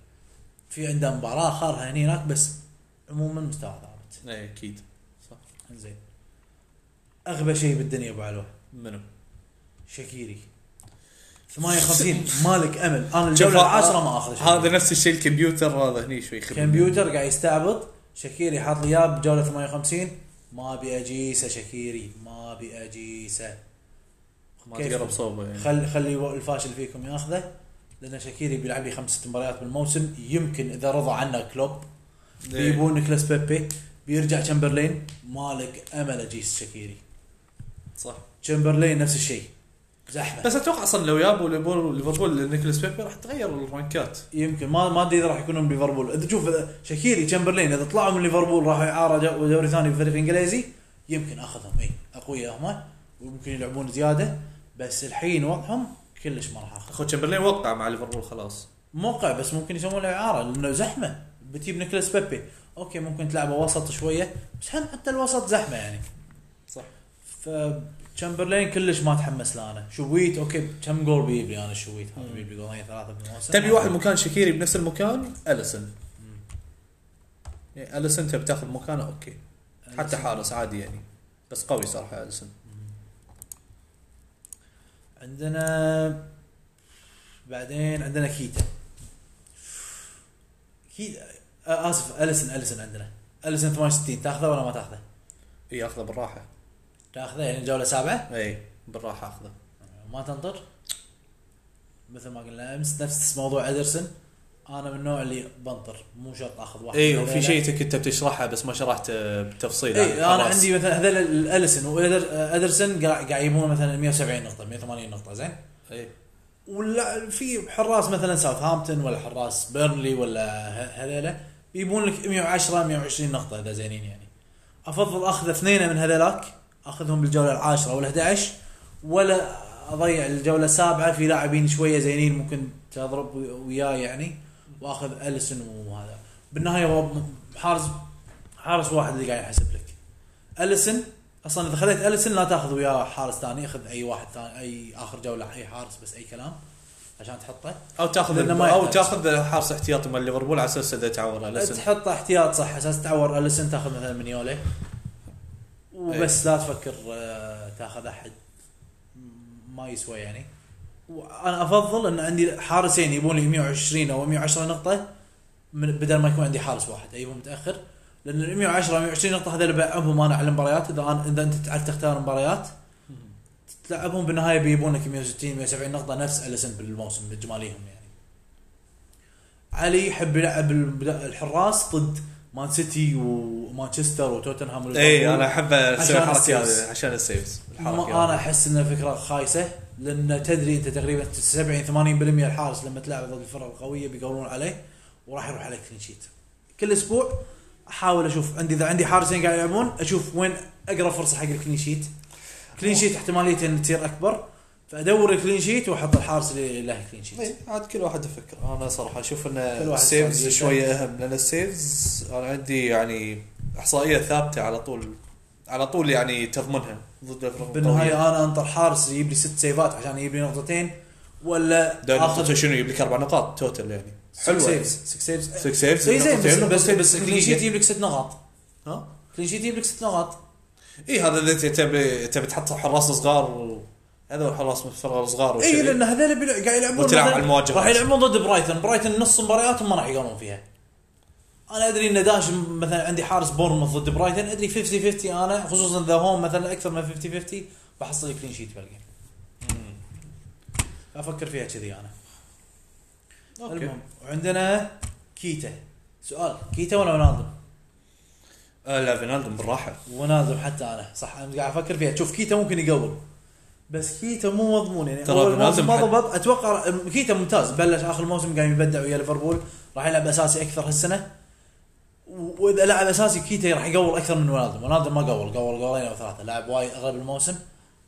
Speaker 1: في عنده مباراه خارها هني هناك بس عموما مستوى ثابت
Speaker 2: اي اكيد صح
Speaker 1: زين اغبى شيء بالدنيا ابو علوه
Speaker 2: منو؟
Speaker 1: شكيري 58 مالك امل انا
Speaker 2: شوف،
Speaker 1: الجوله العاشره ما اخذ شكيري.
Speaker 2: هذا نفس الشيء الكمبيوتر هذا هني شوي يخرب
Speaker 1: كمبيوتر قاعد يستعبط شكيري حاط لي اياه بجوله 58 ما ابي اجيسه شكيري ما ابي اجيسه
Speaker 2: ما
Speaker 1: كيف؟
Speaker 2: تقرب صوبه يعني
Speaker 1: خل خلي الفاشل فيكم ياخذه لان شكيري بيلعب لي خمس ست مباريات بالموسم يمكن اذا رضى عنا كلوب
Speaker 2: إيه،
Speaker 1: بيجيبون نيكلاس بيبي بيرجع تشمبرلين مالك امل اجيس شكيري
Speaker 2: صح
Speaker 1: تشمبرلين نفس الشيء زحمه
Speaker 2: بس اتوقع اصلا لو جابوا ليفربول ليفربول نيكولاس بيبي راح تغير الرانكات
Speaker 1: يمكن ما ما ادري اذا راح يكونون بليفربول اذا شوف إذا شكيري تشمبرلين اذا طلعوا من ليفربول راحوا اعاره جو- دوري ثاني في فريق انجليزي يمكن اخذهم اي اقوياء هم ويمكن يلعبون زياده بس الحين وضعهم كلش ما راح اخذ
Speaker 2: اخو تشمبرلين وقع مع ليفربول خلاص
Speaker 1: موقع بس ممكن يسوون له اعاره لانه زحمه بتجيب نيكلاس بيبي اوكي ممكن تلعبه وسط شويه بس هم حتى الوسط زحمه يعني
Speaker 2: صح
Speaker 1: ف تشمبرلين كلش ما تحمس له انا شويت اوكي كم جول بيجيب لي انا شويت هذا بيجيب لي جولين ثلاثه بالموسم
Speaker 2: تبي واحد مكان شكيري بنفس المكان اليسن يعني اليسن تبي تاخذ مكانه اوكي حتى حارس عادي يعني بس قوي صراحه اليسن
Speaker 1: عندنا بعدين عندنا كيتا كيتا آه، اسف اليسن اليسن عندنا اليسن 68 تاخذه ولا ما تاخذه؟
Speaker 2: اي اخذه بالراحه
Speaker 1: تاخذه يعني جوله سابعه
Speaker 2: اي بالراحه اخذه
Speaker 1: ما تنطر مثل ما قلنا امس نفس موضوع ادرسن انا من النوع اللي بنطر مو شرط اخذ واحد
Speaker 2: اي
Speaker 1: من
Speaker 2: إيه، وفي
Speaker 1: هذيلا.
Speaker 2: شيء أنت كنت بتشرحه بس ما شرحته بتفصيل
Speaker 1: اي
Speaker 2: يعني،
Speaker 1: انا
Speaker 2: خلاص.
Speaker 1: إيه، عندي مثلا هذول الاليسن وادرسن قاعد قاعد يجيبون مثلا 170 نقطه 180 نقطه زين
Speaker 2: اي
Speaker 1: ولا في حراس مثلا ساوثهامبتون ولا حراس بيرنلي ولا ه- هذيلا يبون لك 110 120 نقطه اذا زينين يعني افضل اخذ اثنين من هذيلاك اخذهم بالجوله العاشره ولا 11 ولا اضيع الجوله السابعه في لاعبين شويه زينين ممكن تضرب وياه يعني واخذ اليسون وهذا بالنهايه هو حارس حارس واحد اللي قاعد يحسب لك اليسون اصلا اذا خذيت اليسون لا تاخذ وياه حارس ثاني اخذ اي واحد ثاني اي اخر جوله اي حارس بس اي كلام عشان تحطه
Speaker 2: او تاخذ
Speaker 1: لأنه
Speaker 2: الب-
Speaker 1: ما
Speaker 2: او
Speaker 1: يحتاج.
Speaker 2: تاخذ الحارس احتياطي مال ليفربول على اساس اذا تعور اليسن
Speaker 1: تحطه احتياط صح اساس تعور اليسن تاخذ مثلا منيوله وبس لا تفكر آه، تاخذ احد ما يسوى يعني وانا افضل ان عندي حارسين يبون لي 120 او 110 نقطه من بدل ما يكون عندي حارس واحد اجيبه متاخر لان ال 110 120 نقطه هذول بلعبهم انا على المباريات اذا أنا اذا انت تعرف تختار مباريات تلعبهم بالنهايه بيجيبون لك 160 170 نقطه نفس اليسن بالموسم باجماليهم يعني علي يحب يلعب البدا- الحراس ضد مان سيتي ومانشستر وتوتنهام
Speaker 2: اي
Speaker 1: وليفربول.
Speaker 2: انا احب اسوي
Speaker 1: عشان
Speaker 2: الحركه
Speaker 1: السيفز.
Speaker 2: هذه عشان السيفز الحركة
Speaker 1: ما انا
Speaker 2: هذه.
Speaker 1: احس انها فكره خايسه لان تدري انت تقريبا 70 80% الحارس لما تلعب ضد الفرق القويه بيقولون عليه وراح يروح عليك كلين شيت كل اسبوع احاول اشوف عندي اذا عندي حارسين قاعد يلعبون اشوف وين اقرب فرصه حق الكلين شيت كلين شيت احتماليته ان تصير اكبر فادور الكلين شيت واحط الحارس اللي له كلين شيت
Speaker 2: إي، عاد كل واحد يفكر انا صراحه اشوف ان
Speaker 1: كل واحد
Speaker 2: السيفز
Speaker 1: صار
Speaker 2: شويه اهم لان السيفز انا عندي يعني احصائيه ثابته على طول على طول يعني تضمنها ضد الفرق القوية.
Speaker 1: بالنهايه انا انطر حارس يجيب لي ست سيفات عشان يجيب لي نقطتين ولا
Speaker 2: دوري الخمسة شنو يجيب لك اربع نقاط توتل يعني حلوه
Speaker 1: سيفز 6 سيفز
Speaker 2: سكس سيفز
Speaker 1: زي زين بس
Speaker 2: نقطتين،
Speaker 1: بس,
Speaker 2: نقطتين
Speaker 1: بس كلين شيت
Speaker 2: بالدقيقة.
Speaker 1: يجيب لك ست نقاط
Speaker 2: ها
Speaker 1: كلين شيت يجيب لك ست نقاط
Speaker 2: اي هذا اللي انت تبي تبي تحط حراس صغار و... هذا الحراس من الفرق الصغار
Speaker 1: اي
Speaker 2: وشذي.
Speaker 1: لان هذول بيلع- قاعد يلعبون
Speaker 2: وتلعب
Speaker 1: مثلاً-
Speaker 2: على المواجهة.
Speaker 1: راح يلعبون ضد برايتن برايتن نص مبارياتهم ما راح يقومون فيها انا ادري ان داش مثلا عندي حارس بورموث ضد برايتن ادري 50 50 انا خصوصا ذا هوم مثلا اكثر من 50 50 بحصل كلين شيت بالجيم افكر فيها كذي انا
Speaker 2: اوكي
Speaker 1: المهم وعندنا كيتا سؤال كيتا ولا رونالدو؟
Speaker 2: آه لا فينالدوم بالراحه
Speaker 1: ونادم حتى انا صح انا قاعد افكر فيها تشوف كيتا ممكن يقول بس كيتا مو مضمون يعني
Speaker 2: ترى
Speaker 1: اول
Speaker 2: بنادم
Speaker 1: موسم ما
Speaker 2: حتى-
Speaker 1: ضبط اتوقع كيتا ممتاز بلش اخر موسم قام يبدع ويا ليفربول راح يلعب اساسي اكثر هالسنه و- واذا لعب اساسي كيتا راح يقول اكثر من ونادم ونادم ما قول قول جولين او ثلاثه لعب وايد اغلب الموسم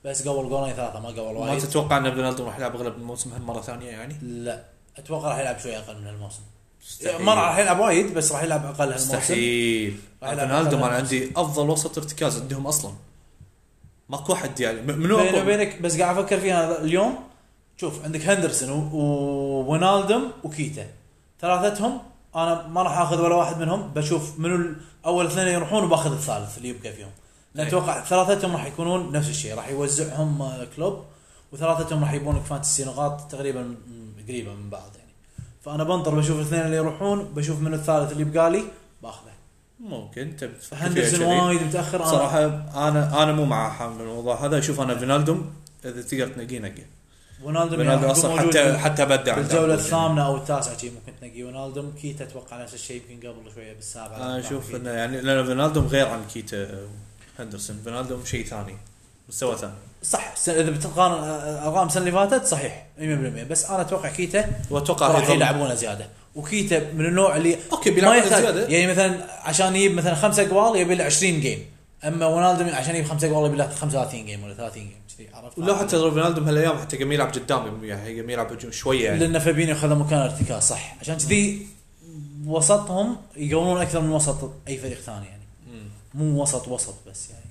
Speaker 1: بس قول جولين ثلاثه ما قول
Speaker 2: ما
Speaker 1: وايد
Speaker 2: تتوقع ان فينالدوم راح يلعب اغلب الموسم هالمره ثانيه يعني
Speaker 1: لا اتوقع راح يلعب شوي اقل من هالموسم
Speaker 2: مستحيل.
Speaker 1: ما راح يلعب وايد بس راح يلعب اقل هالموسم
Speaker 2: مستحيل
Speaker 1: راح يلعب
Speaker 2: فينالدوم انا
Speaker 1: أقل.
Speaker 2: عندي افضل وسط ارتكاز عندهم اصلا ماكو احد يعني م- منو
Speaker 1: بيني
Speaker 2: اقوى
Speaker 1: وبينك بس قاعد افكر فيها اليوم شوف عندك هندرسون و- و- ونالدم وكيتا ثلاثتهم انا ما راح اخذ ولا واحد منهم بشوف منو ال- اول اثنين يروحون وباخذ الثالث اللي يبقى فيهم لان
Speaker 2: أي.
Speaker 1: اتوقع ثلاثتهم راح يكونون نفس الشيء راح يوزعهم آه، كلوب وثلاثتهم راح يبون لك فانتسي نقاط تقريبا م- قريبه من بعض يعني فانا بنطر بشوف الاثنين اللي يروحون بشوف منو الثالث اللي يبقى لي باخذه
Speaker 2: ممكن انت بتفكر فيها
Speaker 1: هندرسون
Speaker 2: كذي.
Speaker 1: وايد متاخر انا
Speaker 2: صراحه انا انا مو مع حامل الموضوع هذا اشوف انا فينالدوم اذا تقدر تنقيه نقيه
Speaker 1: ونالدم
Speaker 2: فينالدوم
Speaker 1: يعني
Speaker 2: اصلا
Speaker 1: موجود
Speaker 2: حتى حتى بدع عند
Speaker 1: بالجوله
Speaker 2: أرسنال.
Speaker 1: الثامنه او التاسعه شي ممكن تنقي رونالدو كيتا اتوقع نفس الشيء يمكن قبل شويه بالسابعه
Speaker 2: انا اشوف انه يعني لان فينالدوم غير عن كيتا هندرسون فينالدوم شيء ثاني مستوى ثاني
Speaker 1: صح س- اذا بتقارن آه، ارقام السنه اللي فاتت صحيح 100% بس انا اتوقع كيتا
Speaker 2: واتوقع راح
Speaker 1: راح
Speaker 2: يضل-
Speaker 1: يلعبونه زياده وكيتا من النوع اللي
Speaker 2: اوكي
Speaker 1: ما
Speaker 2: بيلعب
Speaker 1: يحتاج
Speaker 2: زياده
Speaker 1: يعني مثلا عشان يجيب مثلا خمسة اقوال يبي له 20 جيم اما رونالدو عشان يجيب خمسة اقوال يبي له 35 جيم ولا 30 جيم كذي عرفت
Speaker 2: ولا حتى فينالدوم هالايام حتى قام يلعب قدام يعني قام يلعب هجوم شويه يعني
Speaker 1: لان فابينيو خذ مكان ارتكاز صح عشان كذي وسطهم يقولون اكثر من وسط اي فريق ثاني يعني
Speaker 2: مم.
Speaker 1: مو وسط وسط بس يعني.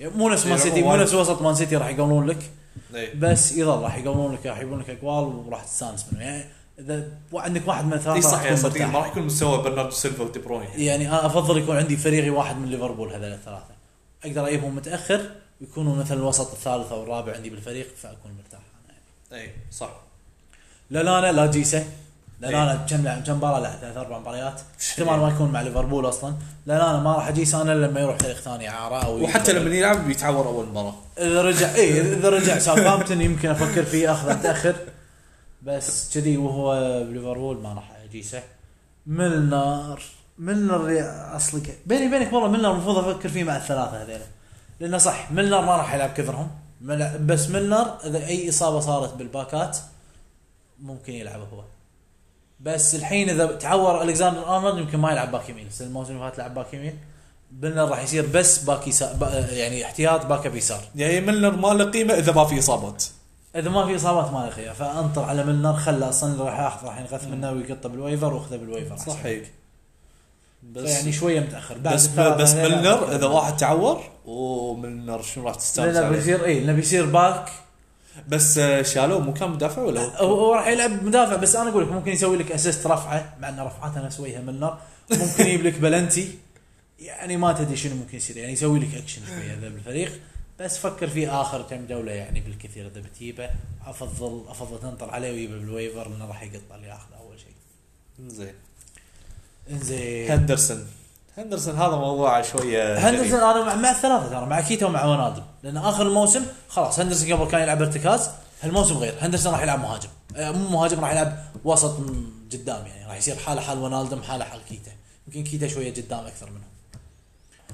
Speaker 1: يعني مو نفس مان
Speaker 2: يلعبون
Speaker 1: سيتي مو
Speaker 2: وايد.
Speaker 1: نفس وسط مان سيتي راح يقولون لك
Speaker 2: إيه.
Speaker 1: بس يظل راح يقولون لك راح يبون لك اقوال وراح تستانس منه يعني اذا عندك واحد من ثلاثه
Speaker 2: اي إيه، صح
Speaker 1: راح
Speaker 2: يا
Speaker 1: تكون
Speaker 2: صديق
Speaker 1: مرتاح.
Speaker 2: ما راح يكون مستوى برناردو سيلفا ودي بروين
Speaker 1: يعني انا افضل يكون عندي فريقي واحد من ليفربول هذول الثلاثه اقدر اجيبهم متاخر ويكونوا مثلا الوسط الثالث او الرابع عندي بالفريق فاكون مرتاح انا يعني.
Speaker 2: اي إيه، صح
Speaker 1: لا لا لا لا جيسه لا لا
Speaker 2: إيه.
Speaker 1: انا كم لعب كم مباراه له ثلاث اربع مباريات احتمال ما يكون مع ليفربول اصلا لا لا انا ما راح اجيس انا لما يروح فريق ثاني اعاره او
Speaker 2: وحتى
Speaker 1: يتبدل.
Speaker 2: لما يلعب بيتعور اول مره
Speaker 1: اذا رجع اي اذا رجع ساوثهامبتون يمكن افكر فيه اخذه متاخر بس كذي وهو بليفربول ما راح اجيسه ملنر ملنر اللي اصلك بيني وبينك والله ملنر المفروض افكر فيه مع الثلاثه هذيلا لانه صح ملنر ما راح يلعب كثرهم مل- بس ملنر اذا اي اصابه صارت بالباكات ممكن يلعب هو بس الحين اذا تعور الكساندر ارنولد يمكن ما يلعب باك يمين السنة- الموسم اللي فات لعب باك يمين ملنر راح يصير بس باك يسار با- يعني احتياط باك يسار
Speaker 2: يعني ميلنر ما له قيمه اذا ما في اصابات
Speaker 1: اذا ما في اصابات ما يخيا فانطر على ملنر خله اصلا اللي راح ياخذ راح ينغث منه ويقطه بالويفر واخذه بالويفر أحسن.
Speaker 2: صحيح بس
Speaker 1: يعني شويه متاخر بعد
Speaker 2: بس
Speaker 1: الثلاثة
Speaker 2: بس
Speaker 1: هذيلا-
Speaker 2: ميلنر اذا واحد تعور وميلنر شنو راح تستانس
Speaker 1: ملنر
Speaker 2: عليه
Speaker 1: بيصير اي انه بيصير إيه، باك
Speaker 2: بس آه، شالوه مو كان مدافع ولا
Speaker 1: هو- هو راح يلعب مدافع بس انا اقول لك ممكن يسوي لك اسيست رفعه مع ان رفعته انا اسويها من النار ممكن يجيب لك بلنتي يعني ما تدري شنو ممكن يصير يعني يسوي لك اكشن شوي هذا بالفريق بس فكر فيه اخر كم جوله يعني بالكثير اذا بتجيبه افضل افضل تنطر عليه ويجيبه بالويفر لانه راح يقطع اللي ياخذه اول شيء.
Speaker 2: زين
Speaker 1: انزين
Speaker 2: هندرسون هندرسون هذا موضوع شويه
Speaker 1: هندرسون
Speaker 2: غريب.
Speaker 1: انا مع, مع الثلاثه ترى مع كيتا ومع ونادم لان اخر الموسم خلاص هندرسون قبل كان يلعب ارتكاز هالموسم غير هندرسون راح يلعب مهاجم آه، مو مهاجم راح يلعب وسط م- قدام يعني راح يصير حاله حال ونالدم حاله حال كيتا يمكن كيتا شويه قدام اكثر منه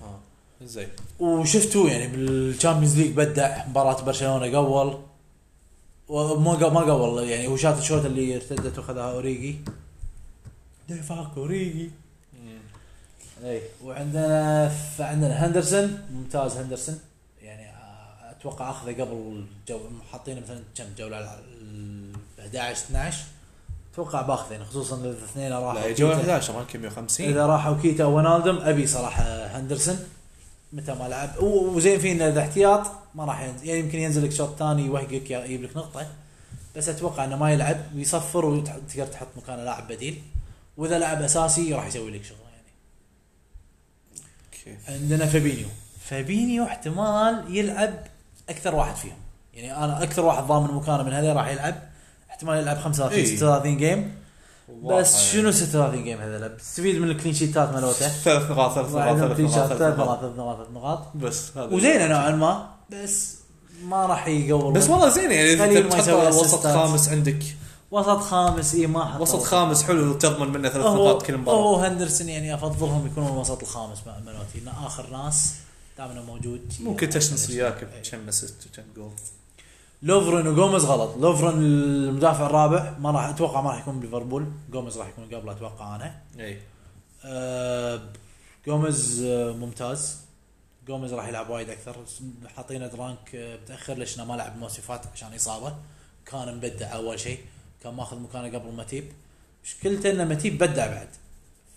Speaker 2: آه، زين
Speaker 1: وشفتوه يعني بالشامبيونز ليج بدع مباراه برشلونه قول وما ق- ما قول يعني هو شات الشوط اللي ارتدت واخذها اوريجي ديفاك اوريجي اي إيه. وعندنا فعندنا هندرسون ممتاز هندرسون يعني آه، اتوقع اخذه قبل الجو حاطينه مثلا كم جوله ال- ال- 11 12 اتوقع باخذه يعني خصوصا اذا الاثنين راحوا
Speaker 2: لا
Speaker 1: كيتا.
Speaker 2: يجون 11 رانكينج 150
Speaker 1: اذا راحوا كيتا ونالدم ابي صراحه هندرسون متى ما لعب و- وزين فينا اذا احتياط ما راح ينزل يعني يمكن ينزل لك شوط ثاني يوهقك يا- يجيب لك نقطه بس اتوقع انه ما يلعب ويصفر وتقدر تحط مكانه لاعب بديل واذا لعب اساسي راح يسوي لك شغل يعني
Speaker 2: اوكي
Speaker 1: عندنا فابينيو فابينيو احتمال يلعب اكثر واحد فيهم يعني انا اكثر واحد ضامن مكانه من هذول راح يلعب احتمال يلعب 35
Speaker 2: إيه. يعني.
Speaker 1: 36 جيم
Speaker 2: واضحة
Speaker 1: بس شنو 36 جيم هذول بتستفيد من الكلين شيتات مالوته
Speaker 2: ثلاث نقاط ثلاث نقاط
Speaker 1: واحد من
Speaker 2: ثلاث
Speaker 1: الكلين
Speaker 2: نقاط
Speaker 1: شيتات
Speaker 2: ثلاث
Speaker 1: ثلاث
Speaker 2: نقاط
Speaker 1: نقاط ثلاث نقاط ثلاث نقاط
Speaker 2: بس هذا
Speaker 1: وزينه نوعا ما بس ما راح يقول
Speaker 2: بس والله زين يعني اذا
Speaker 1: خليل
Speaker 2: انت
Speaker 1: ما
Speaker 2: بتحط
Speaker 1: يسوي
Speaker 2: وسط
Speaker 1: أسيستات.
Speaker 2: خامس عندك
Speaker 1: وسط خامس اي ما حط
Speaker 2: وسط خامس حلو تضمن منه ثلاث
Speaker 1: هو-
Speaker 2: نقاط كل مباراه
Speaker 1: هو هندرسون يعني افضلهم يكونون الوسط الخامس مع ملوتي لأن اخر ناس دامنا موجود
Speaker 2: ممكن تشنس وياك
Speaker 1: إيه.
Speaker 2: بكم اسيست وكم جول
Speaker 1: لوفرن وجوميز غلط لوفرن المدافع الرابع ما راح اتوقع ما راح يكون بليفربول جوميز راح يكون قبله اتوقع انا
Speaker 2: اي
Speaker 1: آه، جوميز آه، ممتاز جوميز راح يلعب وايد اكثر حاطينه درانك آه، متاخر ليش إنه ما لعب موسم فات عشان اصابه كان مبدع اول شيء كان ماخذ مكانه قبل متيب مشكلته ان متيب بدع بعد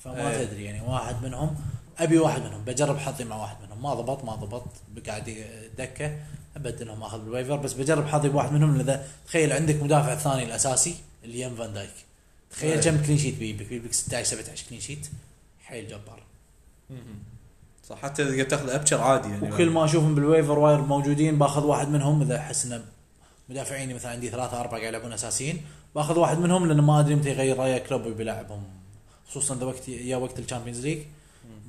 Speaker 1: فما
Speaker 2: إيه.
Speaker 1: تدري يعني واحد منهم ابي واحد منهم بجرب حظي مع واحد منهم ما ضبط ما ضبط أه، قاعد ي- دكه ابدلهم اخذ الويفر بس بجرب حظي بواحد منهم لذا تخيل عندك مدافع ثاني الاساسي اللي يم فان دايك تخيل
Speaker 2: إيه.
Speaker 1: كم كلين شيت بيجيبك بيجيبك 16 17 كلين شيت حيل جبار
Speaker 2: صح حتى اذا تاخذ ابشر عادي يعني
Speaker 1: وكل ما اشوفهم بالويفر واير موجودين باخذ واحد منهم اذا احس ان مدافعيني مثلا عندي ثلاثة اربعة قاعد يلعبون اساسيين باخذ واحد منهم لان ما ادري متى يغير رايا كلوب وبيلعبهم خصوصا اذا وقت يا وقت الشامبيونز ليج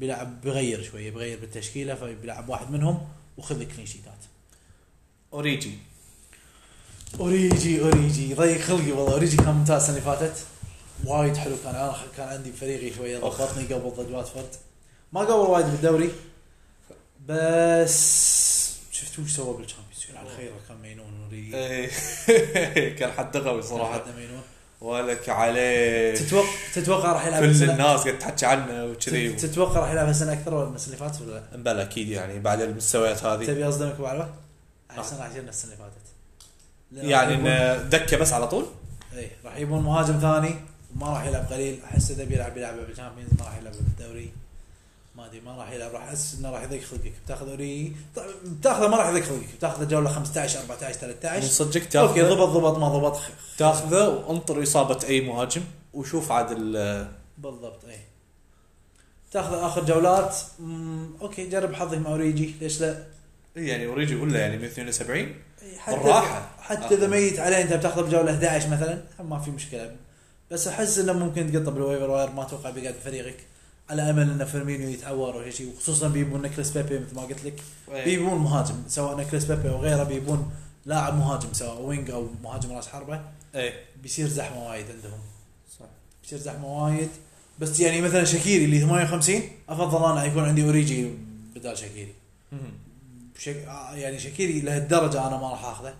Speaker 1: بيلعب بيغير شويه بيغير بالتشكيله فبيلعب واحد منهم وخذ الكلين شيتات
Speaker 2: اوريجي
Speaker 1: اوريجي اوريجي يضيق خلقي والله اوريجي كان ممتاز السنه اللي فاتت وايد حلو كان انا كان عندي فريقي شويه ضبطني قبل ضد واتفورد ما قبل وايد بالدوري بس شفتوا وش سوى بالشامبيونز على خيره كان مينون اوريجي
Speaker 2: إيه. (laughs) كان حد غبي صراحه
Speaker 1: كان مينون
Speaker 2: ولك عليه
Speaker 1: إيه. تتوقع تتوقع راح يلعب
Speaker 2: كل
Speaker 1: السنة-
Speaker 2: الناس قاعد تحكي عنه وكذي
Speaker 1: تتوقع راح يلعب السنه اكثر ولا من السنه اللي فاتت ولا لا؟
Speaker 2: بلا اكيد يعني بعد المستويات هذه
Speaker 1: تبي اصدمك معلومه؟ احسن راح يصير نفس السنه اللي فاتت لأن راح
Speaker 2: يعني
Speaker 1: يكون-
Speaker 2: انه دكه بس على طول
Speaker 1: اي إيه، راح يبون مهاجم ثاني وما راح يلعب قليل احس اذا بيلعب بيلعب بالشامبيونز ما راح يلعب بالدوري ما ادري ما راح يلعب راح احس انه راح يضيق خلقك بتاخذ اوري طيب، بتاخذه ما راح يضيق خلقك بتاخذه جوله 15 14 13 اوكي
Speaker 2: صدقك يعني تاخذه
Speaker 1: ضبط ضبط ما ضبط خ-
Speaker 2: تاخذه وانطر اصابه اي مهاجم وشوف عاد ال-
Speaker 1: بالضبط اي تاخذ اخر جولات مم، اوكي جرب حظك مع اوريجي ليش لا؟
Speaker 2: يعني اوريجي ولا يعني 172
Speaker 1: إي،
Speaker 2: بالراحه
Speaker 1: إيه، حتى اذا ميت عليه انت بتاخذه بجوله 11 مثلا ما في مشكله بس احس انه ممكن تقطه بالويفر واير ما اتوقع بيقعد بفريقك على امل ان فيرمينيو يتعور ولا شيء وخصوصا بيبون نكلس بيبي مثل ما قلت لك
Speaker 2: إيه.
Speaker 1: بيبون مهاجم سواء نكلس بيبي او غيره بيبون لاعب مهاجم سواء وينج او مهاجم راس حربه
Speaker 2: ايه
Speaker 1: بيصير زحمه وايد عندهم
Speaker 2: صح
Speaker 1: بيصير زحمه وايد بس يعني مثلا شكيري اللي 58 افضل انا يكون عندي اوريجي بدال شكيري
Speaker 2: مهم.
Speaker 1: شك... آه، يعني شكيري لهالدرجه انا ما راح اخذه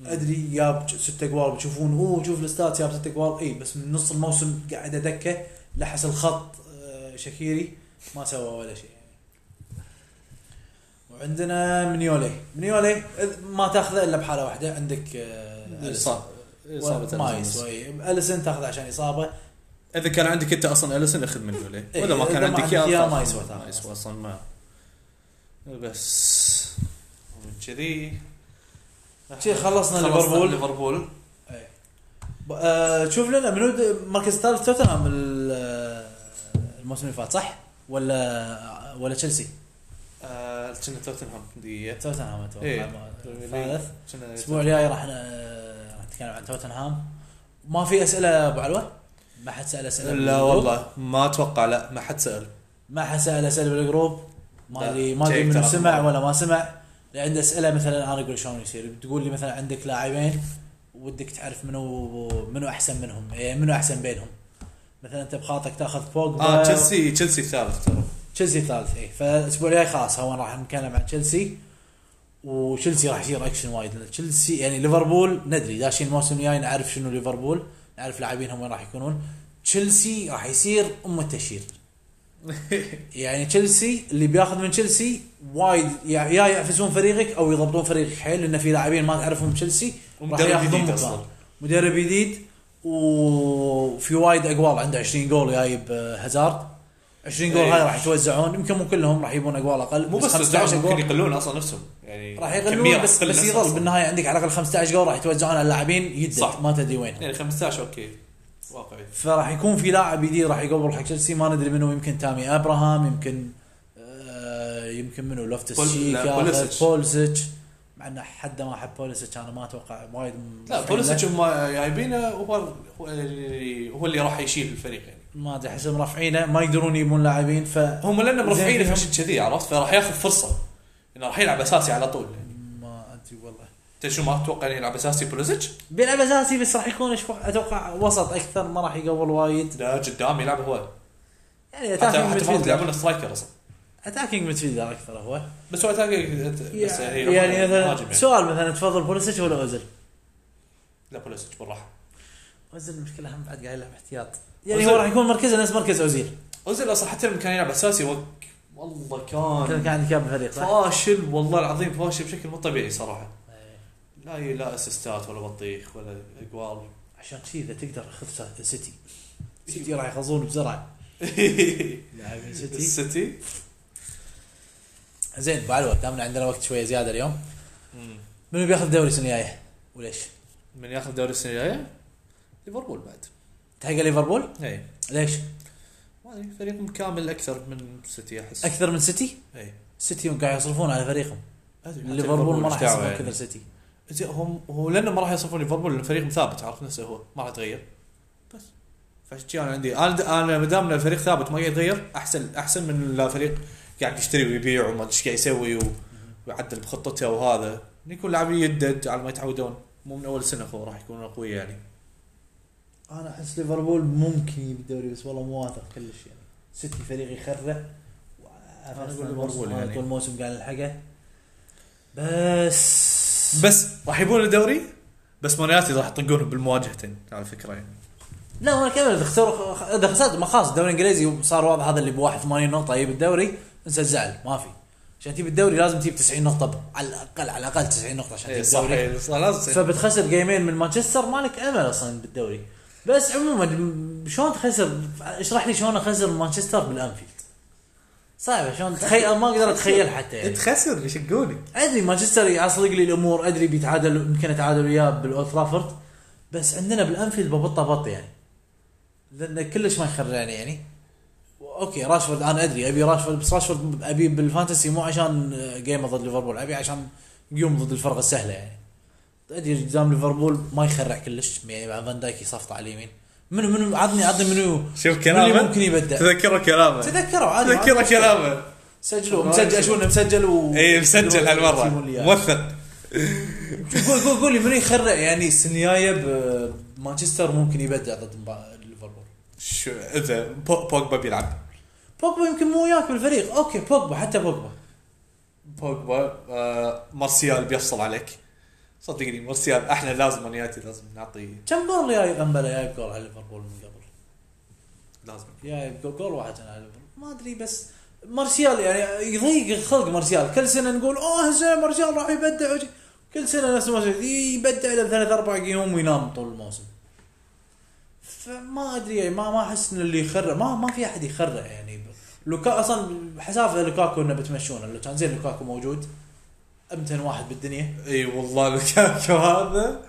Speaker 2: مم.
Speaker 1: ادري جاب ست اقوال بتشوفون اوه شوف الستات جاب ست اقوال اي بس من نص الموسم قاعد ادكه لحس الخط آه، شكيري ما سوى ولا شيء يعني. وعندنا منيولي منيولي إذ- ما تاخذه الا بحاله واحده عندك آه، أليسون.
Speaker 2: إصابة- إصابة
Speaker 1: ما
Speaker 2: أليسون.
Speaker 1: يسوي اليسن تاخذه عشان اصابه
Speaker 2: اذا كان عندك انت اصلا اليسن اخذ منه ليه؟
Speaker 1: إيه،
Speaker 2: ولا ما
Speaker 1: إذا
Speaker 2: كان
Speaker 1: ما
Speaker 2: عندك
Speaker 1: عندك
Speaker 2: اياه
Speaker 1: إياه
Speaker 2: خلاص،
Speaker 1: ما يسوى تعال.
Speaker 2: ما يسوى اصلا ما بس ومن كذي
Speaker 1: شي خلصنا
Speaker 2: خلصنا
Speaker 1: ليفربول
Speaker 2: ليفربول
Speaker 1: إيه. ب- آه، شوف لنا منو د- مركز ثالث توتنهام ال- آه، الموسم اللي فات صح؟ ولا ولا تشيلسي؟
Speaker 2: آه، كنا توتنهام دقيقه
Speaker 1: توتنهام اتوقع
Speaker 2: إيه.
Speaker 1: ما- ثالث
Speaker 2: كنا-
Speaker 1: الاسبوع الجاي راح ن- راح نتكلم عن توتنهام ما في اسئله ابو علوه؟ ما حد سال اسئله
Speaker 2: لا
Speaker 1: بالجروب؟
Speaker 2: والله ما اتوقع لا ما حد سال
Speaker 1: ما حد سال اسئله بالجروب ما
Speaker 2: لا،
Speaker 1: ادري ما ادري
Speaker 2: جايك
Speaker 1: منو
Speaker 2: ترى.
Speaker 1: سمع ولا ما سمع اللي عنده اسئله مثلا انا اقول شلون يصير تقول لي مثلا عندك لاعبين ودك تعرف منو منو احسن منهم إيه، منو احسن بينهم مثلا انت بخاطرك تاخذ بوجبا
Speaker 2: اه تشيلسي تشيلسي الثالث ترى
Speaker 1: تشيلسي ثالث اي فالاسبوع الجاي خلاص هو راح نتكلم عن تشيلسي وتشيلسي راح يصير اكشن وايد لأن تشيلسي يعني ليفربول ندري داشين الموسم الجاي نعرف شنو ليفربول نعرف لاعبينهم وين راح يكونون تشيلسي راح يصير ام التشير يعني تشيلسي اللي بياخذ من تشيلسي وايد يا يا يعفسون فريقك او يضبطون فريقك حيل لان في لاعبين ما تعرفهم تشيلسي راح
Speaker 2: ومدرب
Speaker 1: ياخذون
Speaker 2: جديد
Speaker 1: مكان
Speaker 2: اصلا
Speaker 1: مدرب جديد وفي وايد اقوال عنده 20 جول جايب آه، هازارد 20 جول
Speaker 2: إيه.
Speaker 1: هاي راح يتوزعون يمكن مو كلهم راح يبون اقوال اقل
Speaker 2: مو بس
Speaker 1: 15
Speaker 2: الزعم ممكن
Speaker 1: جول
Speaker 2: يقلون اصلا نفسهم يعني
Speaker 1: راح
Speaker 2: كمية
Speaker 1: يقلون بس
Speaker 2: تقل
Speaker 1: بس
Speaker 2: نفسها
Speaker 1: يظل
Speaker 2: أصلاً.
Speaker 1: بالنهايه عندك على الاقل 15 جول راح يتوزعون على اللاعبين يدد
Speaker 2: صح.
Speaker 1: ما تدري وين
Speaker 2: يعني 15 اوكي واقعي
Speaker 1: فراح يكون في لاعب جديد راح يقبل حق تشيلسي ما ندري منو يمكن تامي ابراهام يمكن آه يمكن منو
Speaker 2: بول-
Speaker 1: لوفتس
Speaker 2: لا،
Speaker 1: شيكا
Speaker 2: بوليسيتش.
Speaker 1: بولزيتش مع ان حد ما احب بولزيتش انا ما اتوقع وايد
Speaker 2: لا
Speaker 1: مستحيل
Speaker 2: بوليسيتش هم جايبينه هو هو اللي هو اللي راح يشيل الفريق يعني
Speaker 1: ما ادري احسهم رافعينه ما يقدرون يجيبون لاعبين ف
Speaker 2: هم لانهم
Speaker 1: زين
Speaker 2: مرفعينه
Speaker 1: فيهم.
Speaker 2: فشل كذي عرفت فراح ياخذ فرصه انه راح يلعب اساسي على طول
Speaker 1: ما ادري والله
Speaker 2: انت شو ما تتوقع إنه يلعب اساسي بوليسيتش؟
Speaker 1: بيلعب اساسي بس راح يكون أشوف- اتوقع وسط اكثر ما راح يقبل وايد
Speaker 2: لا قدام يلعب هو
Speaker 1: يعني
Speaker 2: حتى حتى ما
Speaker 1: اتاكينج
Speaker 2: يلعبون سترايكر اصلا
Speaker 1: اتاكينج ميدفيلدر اكثر هو
Speaker 2: بس هو اتاك بس هي
Speaker 1: يعني
Speaker 2: مهاجم
Speaker 1: مثلا
Speaker 2: يعني.
Speaker 1: سؤال مثلا تفضل بوليسيتش ولا اوزل؟
Speaker 2: لا بوليسيتش بالراحه
Speaker 1: اوزيل المشكله هم بعد قاعد يلعب احتياط يعني هو
Speaker 2: أوزيل- آه.
Speaker 1: راح يكون مركزه نفس مركز اوزيل
Speaker 2: اوزيل اصلا حتى لما كان يلعب اساسي وك... والله
Speaker 1: كان
Speaker 2: كان
Speaker 1: قاعد يكمل الفريق صح؟
Speaker 2: فاشل والله العظيم فاشل بشكل مو طبيعي صراحه لا لا اسيستات ولا بطيخ ولا اقوال
Speaker 1: عشان كذي اذا تقدر خذ سا- سيتي سيتي راح يخلصون بسرعه لاعبين سيتي
Speaker 2: السيتي
Speaker 1: زين بعد الوقت دامنا عندنا وقت شويه زياده اليوم منو بياخذ الدوري السنه الجايه؟ وليش؟
Speaker 2: من ياخذ دوري السنه الجايه ليفربول بعد
Speaker 1: تحق ليفربول؟
Speaker 2: اي
Speaker 1: ليش؟
Speaker 2: ما ادري يعني فريق مكامل اكثر من السيتي احس
Speaker 1: اكثر من سيتي؟
Speaker 2: اي
Speaker 1: سيتي هم قاعد يصرفون على فريقهم
Speaker 2: أدري، حتى
Speaker 1: ليفربول ما راح
Speaker 2: مش دعوة
Speaker 1: يصرفون
Speaker 2: يعني.
Speaker 1: كثر سيتي
Speaker 2: زين، هم هو لانه ما راح يصرفون ليفربول لأن الفريق مثابت عرفت نفسه هو ما راح يتغير بس فعشان كذي انا عندي انا انا ما دام إن الفريق ثابت ما قاعد يتغير احسن احسن من لا فريق قاعد يشتري ويبيع وما ادري ايش قاعد يسوي و- ويعدل بخطته وهذا يكون لاعبين يدد على ما يتعودون مو من اول سنه هو راح يكونون اقوياء يعني
Speaker 1: انا احس ليفربول ممكن يجيب الدوري بس والله مو واثق كلش يعني سيتي فريق يخرع
Speaker 2: أنا أقول ليفربول يعني.
Speaker 1: طول الموسم قاعد نلحقه بس
Speaker 2: بس راح يبون الدوري بس مان يونايتد راح يطقونهم بالمواجهتين على فكره يعني
Speaker 1: لا انا كمل اذا خسروا اذا خسرت ما خلاص الدوري الانجليزي وصار واضح هذا اللي ب 81 نقطه يجيب الدوري انسى الزعل ما في عشان تجيب الدوري لازم تجيب 90 نقطه ب- على الاقل على الاقل 90 نقطه عشان تجيب
Speaker 2: إيه، صح
Speaker 1: الدوري
Speaker 2: إيه، صح، لازم تصير.
Speaker 1: فبتخسر جيمين من مانشستر مالك امل اصلا بالدوري بس عموما م- شلون تخسر اشرح لي شلون اخسر مانشستر بالانفيلد صعبه شلون تخيل ما اقدر اتخيل حتى يعني
Speaker 2: تخسر يشقونك
Speaker 1: ادري مانشستر يعصلق لي الامور ادري بيتعادل يمكن اتعادل وياه بالاولد ترافورد بس عندنا بالانفيلد ببطه بط يعني لان كلش ما يخرعني يعني اوكي راشفورد انا ادري ابي راشفورد بس راشفورد ابي بالفانتسي مو عشان آه، جيم ضد ليفربول ابي عشان يوم ضد الفرقه السهله يعني ادري قدام ليفربول ما يخرع كلش يعني مع فان دايك يصفط على اليمين منو منو عطني عطني منو
Speaker 2: شوف
Speaker 1: منو اللي
Speaker 2: كلامه
Speaker 1: ممكن يبدع
Speaker 2: تذكروا كلامه
Speaker 1: تذكروا عادي ما-
Speaker 2: تذكروا كلامه
Speaker 1: سجلوا مسجل اشون مسجل و
Speaker 2: اي إيه، مسجل هالمره
Speaker 1: يجيبون لي إياه.
Speaker 2: موثق
Speaker 1: قول قول قول لي منو يخرع يعني السنه الجايه بمانشستر ممكن يبدع ضد مبا- ليفربول
Speaker 2: شو اذا بو- بوجبا بيلعب
Speaker 1: بوجبا يمكن مو وياك بالفريق اوكي بوجبا حتى بوجبا
Speaker 2: بوجبا آه، مارسيال بيفصل عليك صدقني مارسيال احنا لازم مان يونايتد لازم نعطي
Speaker 1: كم جول جاي غنبله جايب جول على ليفربول من قبل
Speaker 2: لازم
Speaker 1: جايب جول- جول يعني واحد على ليفربول ما ادري بس مارسيال يعني يضيق الخلق مارسيال كل سنه نقول اوه هالسنه مارسيال راح يبدع وجه. كل سنه نفس الموسم يبدع له ثلاث اربع يوم وينام طول الموسم فما ادري يعني ما ما احس ان اللي يخرع ما ما في احد يخرع يعني لوكا اصلا حسافه لوكاكو انه بتمشونه لو كان زين لوكاكو موجود امتن واحد بالدنيا
Speaker 2: اي والله (laughs) لوكاكو هذا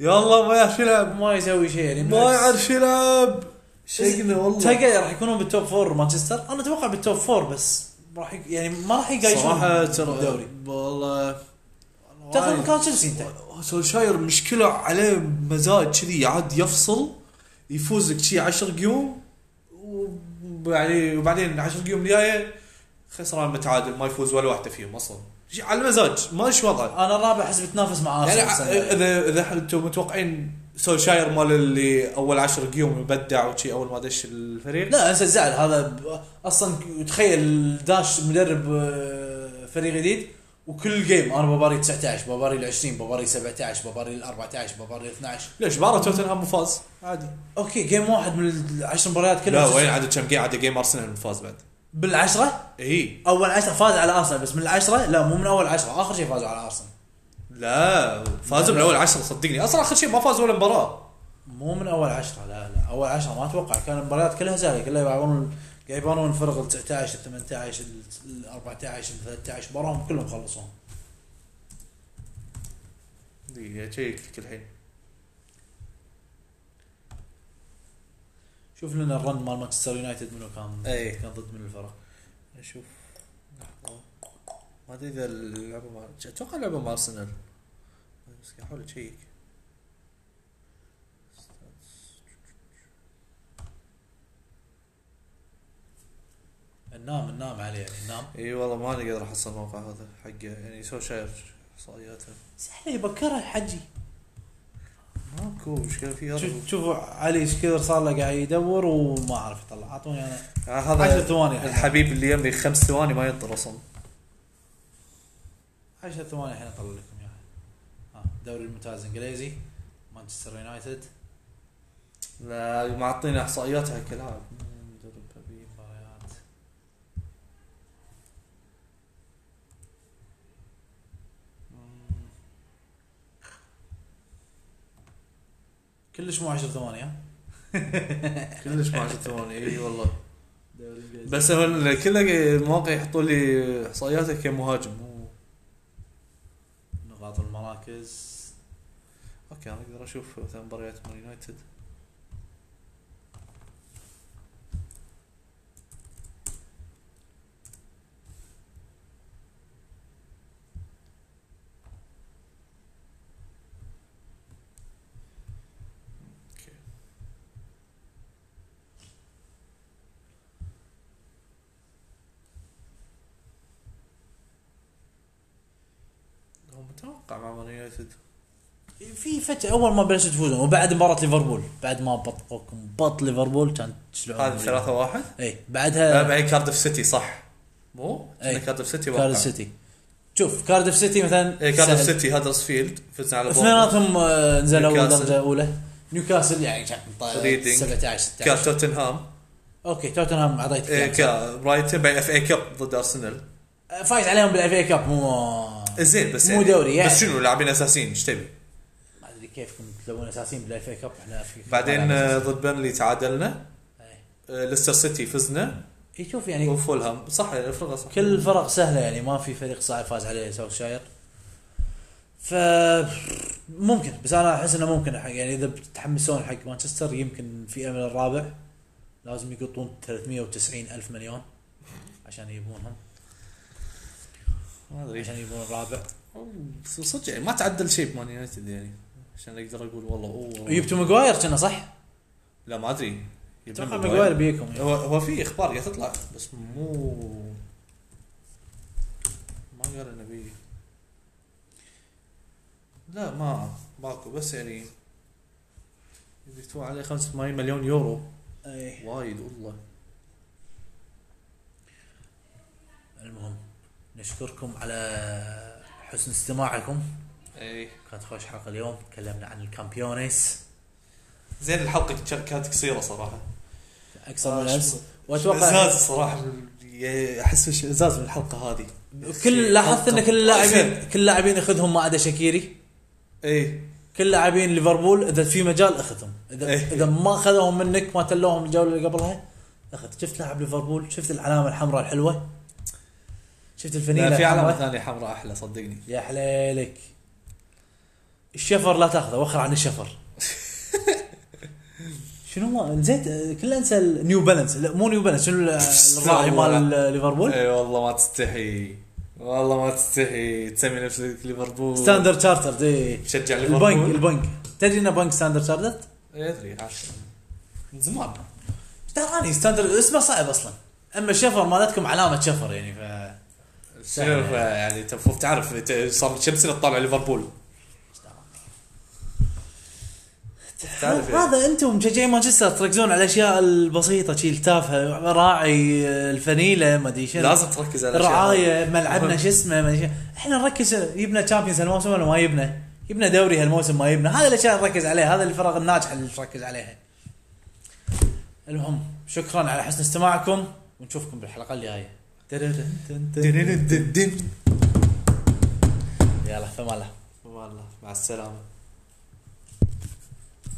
Speaker 2: يا الله ما يعرف يلعب
Speaker 1: ما يسوي شيء يعني
Speaker 2: ما
Speaker 1: بالعكس.
Speaker 2: يعرف يلعب شقنا والله
Speaker 1: تلقى راح يكونون بالتوب فور مانشستر انا اتوقع بالتوب فور بس راح يك- يعني ما راح يقايشون
Speaker 2: صراحه ترى
Speaker 1: الدوري
Speaker 2: والله
Speaker 1: تاخذ مكان تشيلسي انت
Speaker 2: سولشاير مشكلة عليه مزاج كذي عاد يفصل يفوزك شي 10 قيوم وب- يعني وبعدين 10 قيوم الجاية خسران متعادل ما يفوز ولا واحدة فيهم اصلا شي على المزاج ما ايش وضعه
Speaker 1: انا الرابع احس بتنافس مع
Speaker 2: يعني
Speaker 1: ارسنال السنة
Speaker 2: ع-
Speaker 1: الجاية.
Speaker 2: اذا اذا انتم متوقعين سولشاير مال اللي اول 10 قيوم يبدع وشي اول ما دش الفريق
Speaker 1: لا انسى الزعل هذا ب- اصلا تخيل داش مدرب آه، فريق جديد وكل جيم انا بباري 19 بباري ال 20 بباري 17 بباري ال 14 بباري ال 12
Speaker 2: ليش بارا توتنهام فاز عادي
Speaker 1: اوكي جيم واحد من العشر مباريات
Speaker 2: لا
Speaker 1: كلها
Speaker 2: وين عاد كم جيم عاد جيم ارسنال فاز بعد
Speaker 1: بالعشره
Speaker 2: اي
Speaker 1: اول عشره فاز على ارسنال بس من العشره لا مو من اول عشره اخر شيء فازوا على ارسنال
Speaker 2: لا فازوا من اول 10 صدقني اصلا اخر شيء ما فاز ولا مباراه
Speaker 1: مو من اول عشرة لا لا اول عشرة ما اتوقع كان المباريات كلها سهله كلها يلعبون يبانون الفرق ال 19 ال 18 ال 14 ال 13 مباراهم كلهم خلصوهم
Speaker 2: دقيقة شيك لك الحين
Speaker 1: شوف لنا الرن مال مانشستر يونايتد منو كان
Speaker 2: إيه.
Speaker 1: كان ضد من الفرق
Speaker 2: اشوف لحظة. ما ادري اذا اللعبة مع اتوقع اللعبة مع ارسنال بس قاعد احاول اشيك
Speaker 1: النام النام عليه يعني النام
Speaker 2: اي والله ما نقدر احصل الموقع هذا حقه يعني سوشاير احصائياته
Speaker 1: سهله يبكرها الحجي
Speaker 2: ماكو مشكلة في هذا
Speaker 1: شوف- شوفوا علي ايش كثر صار له قاعد يدور وما عارف يطلع اعطوني انا
Speaker 2: آه،
Speaker 1: 10
Speaker 2: هذا
Speaker 1: ثواني الحين
Speaker 2: الحبيب اللي يمي خمس ثواني ما ينطر اصلا
Speaker 1: 10 ثواني الحين اطلع لكم اياها ها، دوري الممتاز الانجليزي مانشستر يونايتد
Speaker 2: لا معطينا احصائياتها كلاعب
Speaker 1: مباريات مم. كلش مو 10 ثواني ها
Speaker 2: كلش ما 10 ثواني اي والله
Speaker 1: بس
Speaker 2: بس هو ال- كل المواقع يحطوا لي احصائياته كمهاجم مو
Speaker 1: نقاط المراكز
Speaker 2: اوكي انا اقدر اشوف مثلا مباريات مان يونايتد اوكي هو متوقع مع مان يونايتد
Speaker 1: في فتره اول ما بلشت تفوزون وبعد مباراه ليفربول بعد ما بطوكم بط ليفربول كان تشلعون
Speaker 2: هذه ثلاثة واحد
Speaker 1: اي
Speaker 2: لا
Speaker 1: بعدها
Speaker 2: بعدين كاردف سيتي صح مو؟
Speaker 1: أي.
Speaker 2: كاردف سيتي
Speaker 1: كارديف سيتي شوف كارديف سيتي مثلا
Speaker 2: اي كاردف
Speaker 1: سهل.
Speaker 2: سيتي هدرسفيلد فزنا على بورنموث
Speaker 1: اثنيناتهم آه، نزلوا
Speaker 2: نيوكاسل.
Speaker 1: درجه اولى نيوكاسل يعني كان طالع
Speaker 2: ريدينج.
Speaker 1: 17 16
Speaker 2: كا توتنهام
Speaker 1: اوكي توتنهام اعطيت
Speaker 2: إيه،
Speaker 1: كام؟
Speaker 2: كا برايتن بعدين اف اي كاب ضد ارسنال
Speaker 1: فايز عليهم بالاف اي كاب مو
Speaker 2: زين بس
Speaker 1: مو دوري يعني.
Speaker 2: بس شنو لاعبين اساسيين ايش تبي؟
Speaker 1: ما ادري كيفكم تلون اساسيين بالاف اي كاب احنا في
Speaker 2: بعدين آه، ضد بيرنلي تعادلنا آه، ليستر سيتي فزنا
Speaker 1: اي شوف يعني
Speaker 2: وفولهام صح يعني الفرقه صح
Speaker 1: كل الفرق سهله يعني ما في فريق صعب فاز عليه ساوث شاير ف ممكن بس انا احس انه ممكن حق يعني اذا بتتحمسون حق مانشستر يمكن في امل الرابع لازم يقطون 390 الف مليون عشان يجيبونهم
Speaker 2: ما ادري
Speaker 1: عشان يجيبون الرابع
Speaker 2: بس صدق يعني ما تعدل شيء بمان يونايتد يعني عشان اقدر اقول والله اوه
Speaker 1: وجبتوا ماجواير كنا صح؟
Speaker 2: لا ما ادري يبنون
Speaker 1: اتوقع ماجواير بيكم يعني.
Speaker 2: هو هو في اخبار قاعد تطلع بس مو ما قال انه بي لا ما ماكو بس يعني يدفعون عليه 85 مليون يورو
Speaker 1: ايه
Speaker 2: وايد والله
Speaker 1: المهم نشكركم على حسن استماعكم
Speaker 2: اي
Speaker 1: كانت خوش حلقه اليوم تكلمنا عن الكامبيونيس
Speaker 2: زين الحلقه كان- كانت قصيره صراحه
Speaker 1: اكثر من
Speaker 2: آه،
Speaker 1: الامس واتوقع
Speaker 2: ازاز صراحه ي- احس يعني إيش ازاز من الحلقه هذه
Speaker 1: كل لاحظت ان كل اللاعبين كل اللاعبين ياخذهم ما عدا شاكيري
Speaker 2: اي
Speaker 1: كل لاعبين ليفربول اذا في مجال اخذهم اذا
Speaker 2: إيه.
Speaker 1: اذا ما اخذهم منك ما تلوهم الجوله اللي قبلها اخذ شفت لاعب ليفربول شفت العلامه الحمراء الحلوه شفت
Speaker 2: لا،
Speaker 1: الفنيله
Speaker 2: في علامه
Speaker 1: الحمراء؟
Speaker 2: ثانيه حمراء احلى صدقني
Speaker 1: يا حليلك الشفر لا تاخذه وخر عن الشفر (laughs) شنو ما نسيت آه، كله انسى نيو بالانس لا مو نيو بالانس شنو ال- (laughs) الراعي مال آه، ليفربول
Speaker 2: اي إيه، والله ما تستحي والله ما تستحي تسمي نفسك ليفربول
Speaker 1: ستاندر تشارترد اي
Speaker 2: تشجع ليفربول
Speaker 1: إيه.
Speaker 2: إيه،
Speaker 1: البنك البنك تدري انه بنك ستاندر تشارترد؟
Speaker 2: إي، ادري عارف. من زمان
Speaker 1: دراني ستاندر اسمه صعب اصلا اما الشفر مالتكم علامه شفر يعني ف
Speaker 2: شنو يعني انت المفروض تعرف انت صار كم سنه تطالع ليفربول تعرف يعني.
Speaker 1: هذا انتم مشجعين مانشستر تركزون على الاشياء البسيطه شي التافهه راعي الفنيله ما ادري شنو
Speaker 2: لازم تركز على الأشياء
Speaker 1: الرعايه
Speaker 2: هذه.
Speaker 1: ملعبنا شو اسمه ما أدري شنو. احنا نركز يبنا تشامبيونز هالموسم ولا ما يبنا؟ يبنا دوري هالموسم ما يبنا هذا الاشياء اللي نركز عليها هذا الفرق الناجحه اللي نركز عليها المهم شكرا على حسن استماعكم ونشوفكم بالحلقه الجايه
Speaker 2: دن- دن- دن.
Speaker 1: يلا فما الله
Speaker 2: والله مع السلامه